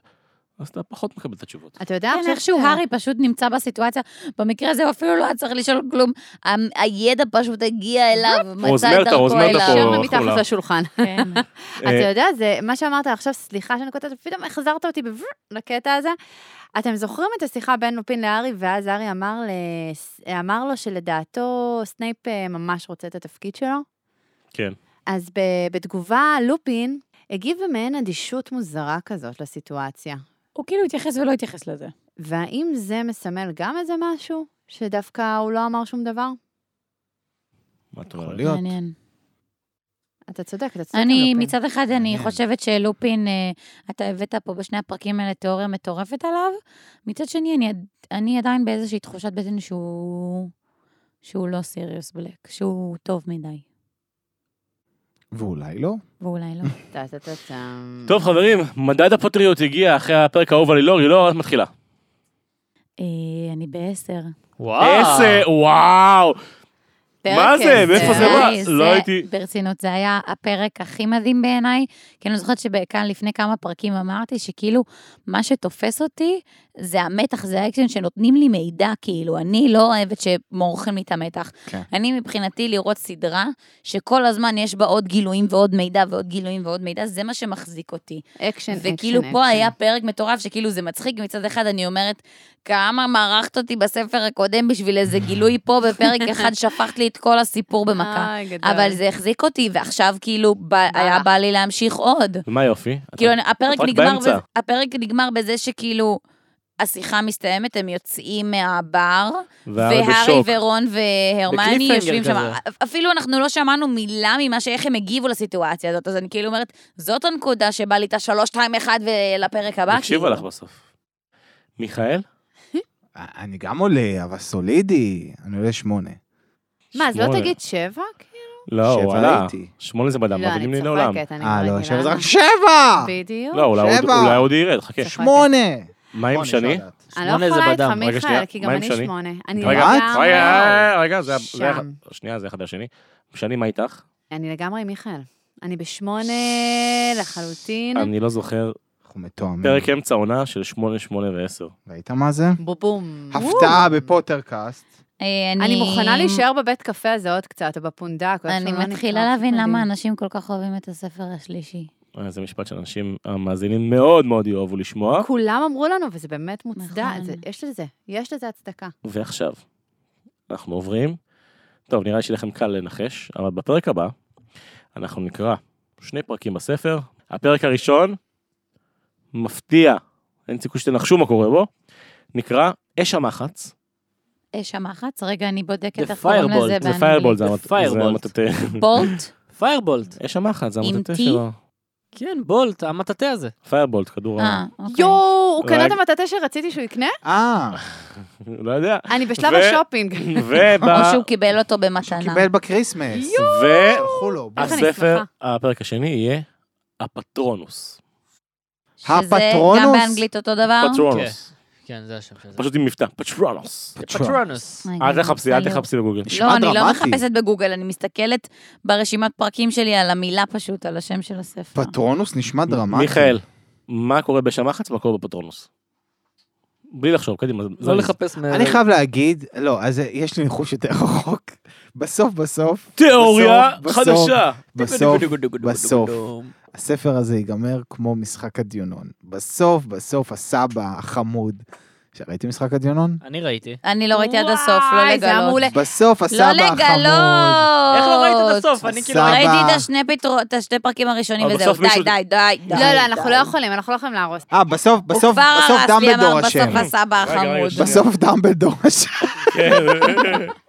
אז אתה פחות מקבל את התשובות. אתה אה, יודע כן, עכשיו איכשהו לא הארי פשוט נמצא בסיטואציה, במקרה הזה הוא אפילו לא היה צריך לשאול כלום, ה- הידע פשוט הגיע אליו, מצא את רוזמרטה, דרכו רוזמרטה פה. אליו. שם איך הוא מתחת לה? לשולחן. כן. אה, אתה יודע, זה מה שאמרת עכשיו, סליחה שאני קוטעת, פתאום החזרת אותי בב- לקטע הזה. אתם זוכרים את השיחה בין לופין לארי, ואז הארי אמר, לס- אמר לו שלדעתו סנייפ אה, ממש רוצה את התפקיד שלו? כן. אז ב- בתגובה, לופין הגיב במעין אדישות מוזרה כזאת לסיטואציה. הוא כאילו התייחס ולא התייחס לזה. והאם זה מסמל גם איזה משהו, שדווקא הוא לא אמר שום דבר? מה אתה יכול אומר? להיות. מעניין. אתה צודק, אתה צודק. אני, לופין. מצד אחד, אני מעניין. חושבת שלופין, אה, אתה הבאת פה בשני הפרקים האלה תיאוריה מטורפת עליו. מצד שני, אני עד- אני עדיין באיזושהי תחושת בטן שהוא... שהוא לא סיריוס בלק, שהוא טוב מדי, ואולי לא. ואולי לא. טה, טה, טה, טה. טוב חברים, מדד הפטריות הגיע אחרי הפרק האהוב על אילור, אילור, את מתחילה. אה, אני בעשר. אה. וואו. עשר, וואו. פרק מה זה? עשר. מאיפה זה בא? די, לא זה- הייתי- ברצינות, זה היה הפרק הכי מדהים בעיניי, כי אני זוכרת שכאן לפני כמה פרקים אמרתי שכאילו, מה שתופס אותי זה המתח, זה האקשן שנותנים לי מידע, כאילו, אני לא אוהבת שמורחים לי את המתח. כן. אני מבחינתי לראות סדרה שכל הזמן יש בה עוד גילויים ועוד מידע ועוד גילויים ועוד מידע, זה מה שמחזיק אותי. אקשן, אקשן, וכאילו אקשן. כאילו פה היה פרק מטורף, שכאילו זה מצחיק, מצד אחד אני אומרת, כמה מרחת אותי בספר הקודם בשביל איזה גילוי פה, [laughs] בפרק אחד שפכת לי את כל הסיפור במכה. איי, גדול. אבל אה, זה החזיק אותי, ועכשיו כאילו ב- היה בא לי להמשיך עוד. מה יופי? אתה- כאילו, הפרק רק נגמר, באמצע. בזה, הפרק נגמר בזה שכאילו... השיחה מסתיימת, הם יוצאים מהבר, והארי והארי בשוק. ורון והרמני בקליפהנגר יושבים שם. כזה. אפילו אנחנו לא שמענו מילה ממה שאיך הם הגיבו לסיטואציה הזאת, אז אני כאילו אומרת, זאת הנקודה שבה לי את השלוש, שתיים, אחד ולפרק הבא. הקשיבה כאילו. לך בסוף. מיכאל? אני גם עולה, אבל סולידי. אני עולה שמונה. מה, אז לא שמונה. תגיד שבע? לא, הוא שבע עלה. הייתי. שמונה זה מדע, לא, מעבירים לי אני לעולם. צוחקת, אני אה, כבר לא, רגילה. שבע זה רק שבע! בדיוק. לא, אולי עוד- שבע. אולי עוד ירד, חכה. צוחקת. שמונה! מה עם שמונה, שני? אפשר לדעת. אני לא שמונה זה יכולה איתך, בדם. רגע, שנייה, מיכאל, כי גם מה עם אני שני? שמונה. אני רגע, לגמרי... רגע, רגע, זה זה היה... שם. שנייה, זה אחד השני. שני, מה איתך? אני לגמרי עם מיכאל. אני בשמונה לחלוטין. אני לא זוכר. אנחנו מתואמים. פרק אמצע עונה של שמונה, שמונה ועשר. ראית מה זה? בובום. הפתעה בפוטרקאסט. אה, אני מוכנה להישאר בבית קפה הזה עוד קצת, או בפונדק. או איך אני שלא מתחילה נקרא, להבין פשוט למה מדהים. אנשים כל כך אוהבים את הספר השלישי. אה, זה משפט שאנשים המאזינים מאוד מאוד יאהבו לשמוע. כולם אמרו לנו, וזה באמת מוצדק. נכון. זה- יש לזה, יש לזה הצדקה. ועכשיו, אנחנו עוברים. טוב, נראה לי שלכם קל לנחש, אבל בפרק הבא אנחנו נקרא שני פרקים בספר. הפרק הראשון, מפתיע, אין סיכוי שתנחשו מה קורה בו, נקרא אש המחץ. אש המחץ, אה, רגע, אני בודקת The איך קוראים Firebolt, לזה the זה באנגלית. פיירבולט, זה המט- זה Firebolt. המטאטא. בולט? [laughs] פיירבולט. [laughs] אש המחץ, זה עם המטאטא T? שלו. כן, בולט, המטאטא הזה. פיירבולט, כדור ה... אה, אוקיי. יואו, הוא קנה את רגע. המטאטה שרציתי שהוא יקנה? אה, [laughs] לא יודע. [laughs] אני בשלב ו- השופינג. אוקיי. או ובא... שהוא קיבל אותו במתנה. קיבל בקריסמס. שלחו לו. בוא. איך אני והספר, שמחה. הפרק השני יהיה הפטרונוס. שזה גם הפטרונוס? באנגלית אותו דבר? פטרונוס. כן, זה השם של זה. פשוט עם מבטא, פטרונוס. פטרונוס. אל תחפשי, אל תחפשי בגוגל. נשמע לא, אני לא דרמטי. מחפשת בגוגל, אני מסתכלת ברשימת פרקים שלי על המילה פשוט, על השם של הספר. פטרונוס נשמע דרמטי. מיכאל, מה קורה בשמחץ, מה קורה בפטרונוס? בלי לחשוב, קדימה. לא לחפש מ... אני חייב להגיד, לא, אז אה, יש לי ניחוש יותר רחוק. בסוף [laughs] בסוף, תיאוריה בסוף, בסוף. חדשה. [laughs] בסוף, בסוף, הספר הזה ייגמר כמו משחק הדיונון. בסוף, בסוף, הסבא החמוד. ראיתי משחק הדיונון? אני ראיתי. אני לא ראיתי עד הסוף, לא וואי, לגלות. זה היה מעולה. בסוף, הסבא לא החמוד. לגלות! איך לא ראית עד הסוף? אני כאילו... סבא. ראיתי את השני פתרו- את השני פרקים הראשונים אבל וזהו, בסוף מישהו- די, די, די, די. לא, לא, אנחנו לא יכולים, אנחנו לא יכולים להרוס. אה, בסוף, הוא בסוף, כבר בסוף הרס לי, אמר, דמבלדור אשם. בסוף הסבא רגע, רגע, החמוד. שנייה. בסוף דמבלדור אשם.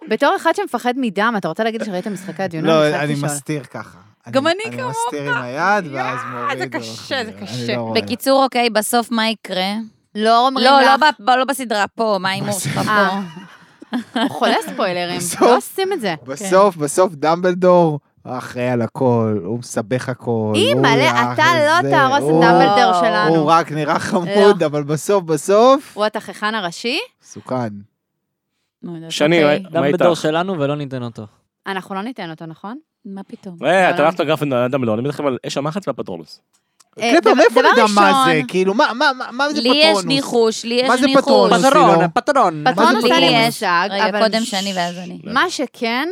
בתור אחד שמפחד מדם, אתה רוצה להגיד שראית משחקי הדיונון? לא, חייבת אני לשאול. מסתיר ככה. גם אני אני מסתיר עם היד, ואז מוריד. זה קשה, זה ומחזיר. אני קשה. לא רואה. בקיצור, אוקיי, בסוף מה יקרה? לא אומרים לא, לא לך. ב- לא בסדרה, פה, מה ההימור שלך פה? אה. הוא חולה [laughs] ספוילרים, בסוף. לא עושים את זה. בסוף, בסוף דמבלדור אחראי על הכל, הוא מסבך הכל. אי הוא מלא, רך, אתה לא זה, תהרוס הוא- את דמבלדר הוא שלנו. לא. הוא רק נראה חמוד, אבל בסוף בסוף, הוא התככן הראשי, סוכן. נו, יודעת, שני, אוקיי. ראי- גם מה בדור איתך? שלנו ולא ניתן אותו. אנחנו לא ניתן אותו, נכון? מה פתאום? אה, אבל- אתה הלכת לגרפן אדם מלון, אני מדבר לכם על אש המחץ והפטרונוס. אה, קלפר, דבר- מאיפה דבר נדע מה ראשון, זה? כאילו, מה- מה מה- מה זה לי יש פטרונוס? ניחוש, לי יש מה ניחוש. זה פטרונוס? פטרון, לא. פטרון. מה פטרון זה עשה לי פטרונוס? מושג, רגע, אבל קודם ש- שאני ואז אני. מה שכן,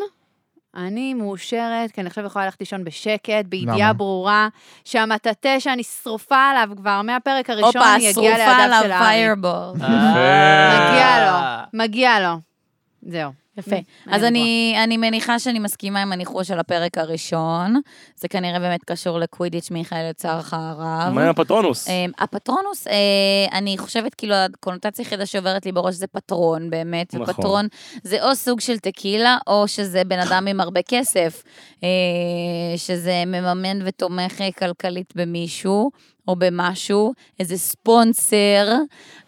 אני מאושרת, כי אני עכשיו יכולה ללכת לישון בשקט, למה? בידיעה ברורה, שהמטאטא שאני שרופה עליו כבר מהפרק הראשון, הופה, אני אגיע שרופה לידיו עליו של אה, הארי. פיירבול. מגיע לו, מגיע לו. זהו. יפה. אני אז רגועה. אני, אני מניחה שאני מסכימה עם הניחוש על הפרק הראשון. זה כנראה באמת קשור לקווידיץ' מיכאל יצר לך הרב. מה עם הפטרונוס? אמ, הפטרונוס, אה, אני חושבת, כאילו, הקונוטציה היחידה שעוברת לי בראש זה פטרון, באמת. נכון. ופטרון זה או סוג של טקילה, או שזה בן אדם עם הרבה כסף, אה, שזה מממן ותומך אה, כלכלית במישהו, או במשהו, איזה ספונסר.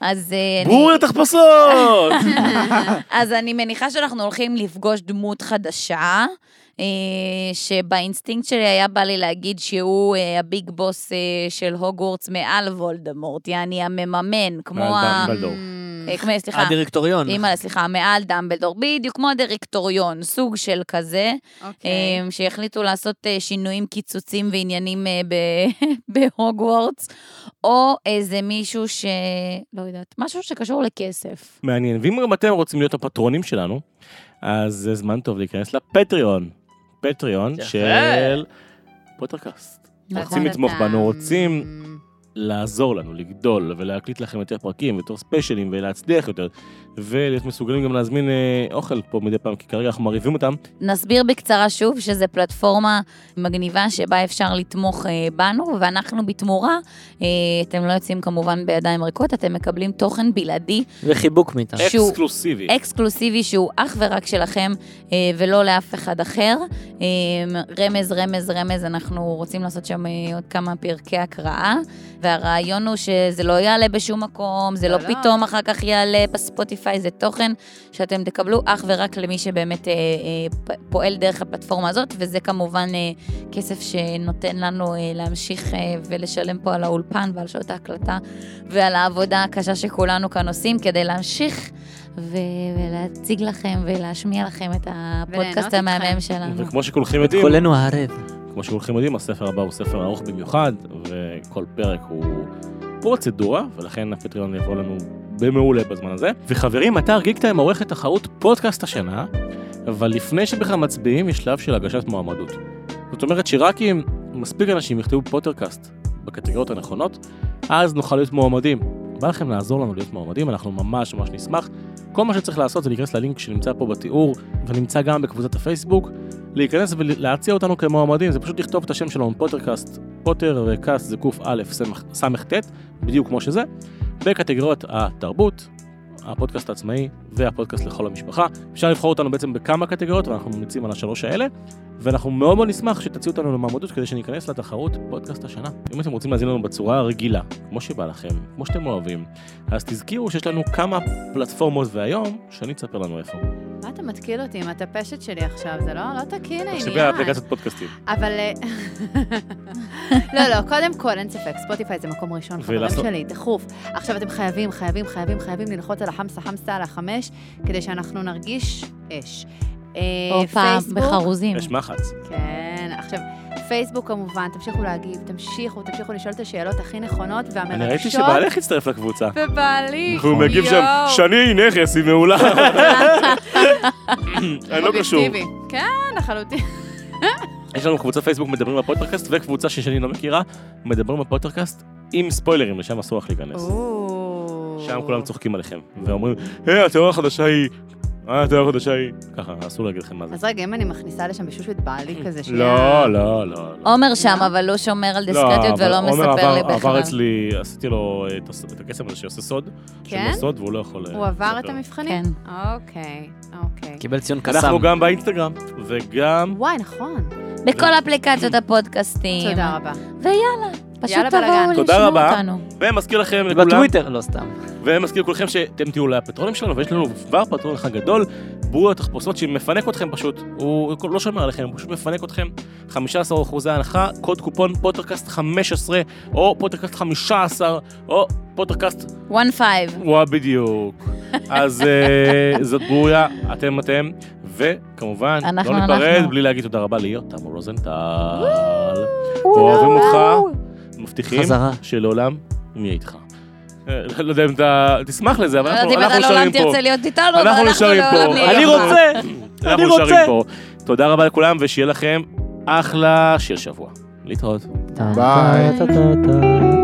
אז אה, אני... בור לתחפושות! [laughs] [laughs] אז אני מניחה שאנחנו הולכים לפגוש דמות חדשה, אה, שבאינסטינקט שלי היה בא לי להגיד שהוא אה, הביג בוס אה, של הוגוורטס מעל וולדמורט, יעני המממן, כמו ה... מעל דמבלדור. Mm, אה, כמו, סליחה, הדירקטוריון. אימא, סליחה, מעל דמבלדור, בדיוק כמו הדירקטוריון, סוג של כזה, אוקיי. אה, שהחליטו לעשות אה, שינויים, קיצוצים ועניינים אה, ב- [laughs] בהוגוורטס, או איזה מישהו ש... לא יודעת, משהו שקשור לכסף. מעניין. ואם גם אתם רוצים להיות הפטרונים שלנו, אז זה זמן טוב להיכנס לפטריון. פטריון יפה. של פוטרקאסט. נכון. רוצים נכון, לתמוך בנו, רוצים לעזור לנו לגדול ולהקליט לכם יותר פרקים ויותר ספיישלים ולהצליח יותר ולהיות מסוגלים גם להזמין אה, אוכל פה מדי פעם כי כרגע אנחנו מרעיבים אותם. נסביר בקצרה שוב שזו פלטפורמה מגניבה שבה אפשר לתמוך אה, בנו, ואנחנו בתמורה, אה, אתם לא יוצאים כמובן בידיים ריקות, אתם מקבלים תוכן בלעדי, וחיבוק מאיתנו. שהוא- אקסקלוסיבי. אקסקלוסיבי, שהוא אך ורק שלכם אה, ולא לאף אחד אחר. אה, רמז, רמז, רמז, אנחנו רוצים לעשות שם אה, עוד כמה פרקי הקראה, והרעיון הוא שזה לא יעלה בשום מקום, זה לא לא, לא. פתאום אחר כך יעלה בספוטיפיי, זה תוכן שאתם תקבלו אך ורק למי שבאמת אה, אה, פ- פועל דרך הפלטפורמה הזאת, וזה כמובן אה, כסף שנותן לנו אה, להמשיך אה, ולשלם פה על האולפן ועל שעות ההקלטה ועל העבודה הקשה שכולנו כאן עושים כדי להמשיך ו- ולהציג לכם ולהשמיע לכם את הפודקאסט וליהנות המהמם איתכם. שלנו. וכמו שכולכם יודעים, קולנו הערב. כמו שכולכם יודעים, הספר הבא הוא ספר ארוך במיוחד, וכל פרק הוא פרוצדורה, ולכן הפטריון יבוא לנו במעולה בזמן הזה. וחברים, אתר גיק טיים עורך את תחרות פודקאסט השנה, אבל לפני שבכלל מצביעים, יש שלב של הגשת מועמדות. זאת אומרת שרק אם מספיק אנשים יכתבו פוטרקאסט בקטגוריות הנכונות, אז נוכל להיות מועמדים. בא לכם לעזור לנו להיות מועמדים, אנחנו ממש ממש נשמח. כל מה שצריך לעשות זה להיכנס ללינק שנמצא פה בתיאור, ונמצא גם בקבוצת הפייסבוק, להיכנס ולהציע אותנו כמועמדים, זה פשוט לכתוב את השם שלנו, פוטרקאסט, פוטר וקאסט זה קא סמך- סט, בדיוק כמו שזה, בקטגוריות התרבות, הפודקאסט העצמאי והפודקאסט לכל המשפחה. אפשר לבחור אותנו בעצם בכמה קטגוריות, ואנחנו ממליצים על השלוש האלה, ואנחנו מאוד מאוד נשמח שתציעו אותנו למועמדות כדי שניכנס לתחרות פודקאסט השנה. אם אתם רוצים להזין לנו בצורה הרגילה, כמו שבא לכם, כמו שאתם אוהבים, אז תזכירו שיש לנו כמה פלטפורמות והיום, שאני תספר לנו איפה. מה אתה מתקיל אותי עם הטפשת שלי עכשיו? זה לא לא תקין תחשבי על העניין. אפליקציות פודקאסטים. אבל... אה, [laughs] לא, לא, קודם כל, אין ספק, ספוטיפיי זה מקום ראשון, חברים ולעשות- שלי, דחוף. עכשיו אתם חייבים, חייבים, חייבים, חייבים ללחוץ על החמסה, חמסה, על החמש, כדי שאנחנו נרגיש אש. אה, או פעם פייסבוק, בחרוזים. יש מחץ. כן, עכשיו, פייסבוק כמובן, תמשיכו להגיב, תמשיכו, תמשיכו לשאול את השאלות הכי נכונות והמרגשות. אני ראיתי שבעלך הצטרף לקבוצה. ובעלי, והוא מגיב שם, יואו, שני נכס, היא מעולה. אני לא קשור. אובייקטיבי. כן, לחלוטין. יש לנו קבוצת פייסבוק מדברים בפודקאסט, וקבוצה ששני לא מכירה, מדברים בפודקאסט עם ספוילרים, לשם אסור לך להיכנס. שם כולם צוחקים עליכם, ואומרים, היי, התיאוריה החדשה היא... אה, התיאוריה החדשה היא... ככה, אסור להגיד לכם מה זה. אז רגע, אם אני מכניסה לשם בשוש את בעלי כזה, שיהיה... לא, לא, לא. לא. עומר שם, אבל הוא שומר על דיסקרטיות לא, אבל ולא עומר מספר עבר- לי עבר בכלל. אצלי, עשיתי לו את הס- את הקסם הזה שעושה סוד. כן? של סוד, והוא לא יכול... אה, הוא עבר את לספר. המבחנים? כן. אוקיי, אוקיי. קיבל ציון קסאם. אנחנו גם באינסטגרם, וגם... וואי, נכון. בכל אפליקציות הפודקאסטים. תודה רבה. פשוט יאללה, תבואו בלאגן. תודה לשמוע רבה. אותנו. ומזכיר לכם לכולם... בטוויטר, לא סתם. ומזכיר לכולכם שאתם תהיו הפטרונים שלנו, ויש לנו כבר פטרון אחד גדול, בור התחפושות שמפנק אתכם פשוט, הוא לא שומר עליכם, הוא פשוט מפנק אתכם. 15% הנחה, קוד קופון פוטרקאסט 15, או פוטרקאסט 15, או פוטרקאסט, 1-5. וואה [laughs] בדיוק. אז אה, זאת ברוריה, אתם אתם, וכמובן, אנחנו, לא ניפרד אנחנו. בלי להגיד תודה רבה ליותם רוזנטל. אוהבים אותך. מבטיחים חזרה. שלעולם נהיה איתך. אה, לא יודע אם אתה תשמח לזה, אבל לא יודעת אנחנו אם אנחנו אתה נשארים לעולם פה. תרצה להיות איתנו, אבל אנחנו אנחנו לא נשארים לעולם פה. נהיה אני איתך. רוצה! אני אנחנו נשארים רוצה. פה. תודה רבה לכולם, ושיהיה לכם אחלה שיר שבוע. להתראות. ביי. טה, טה, טה, טה.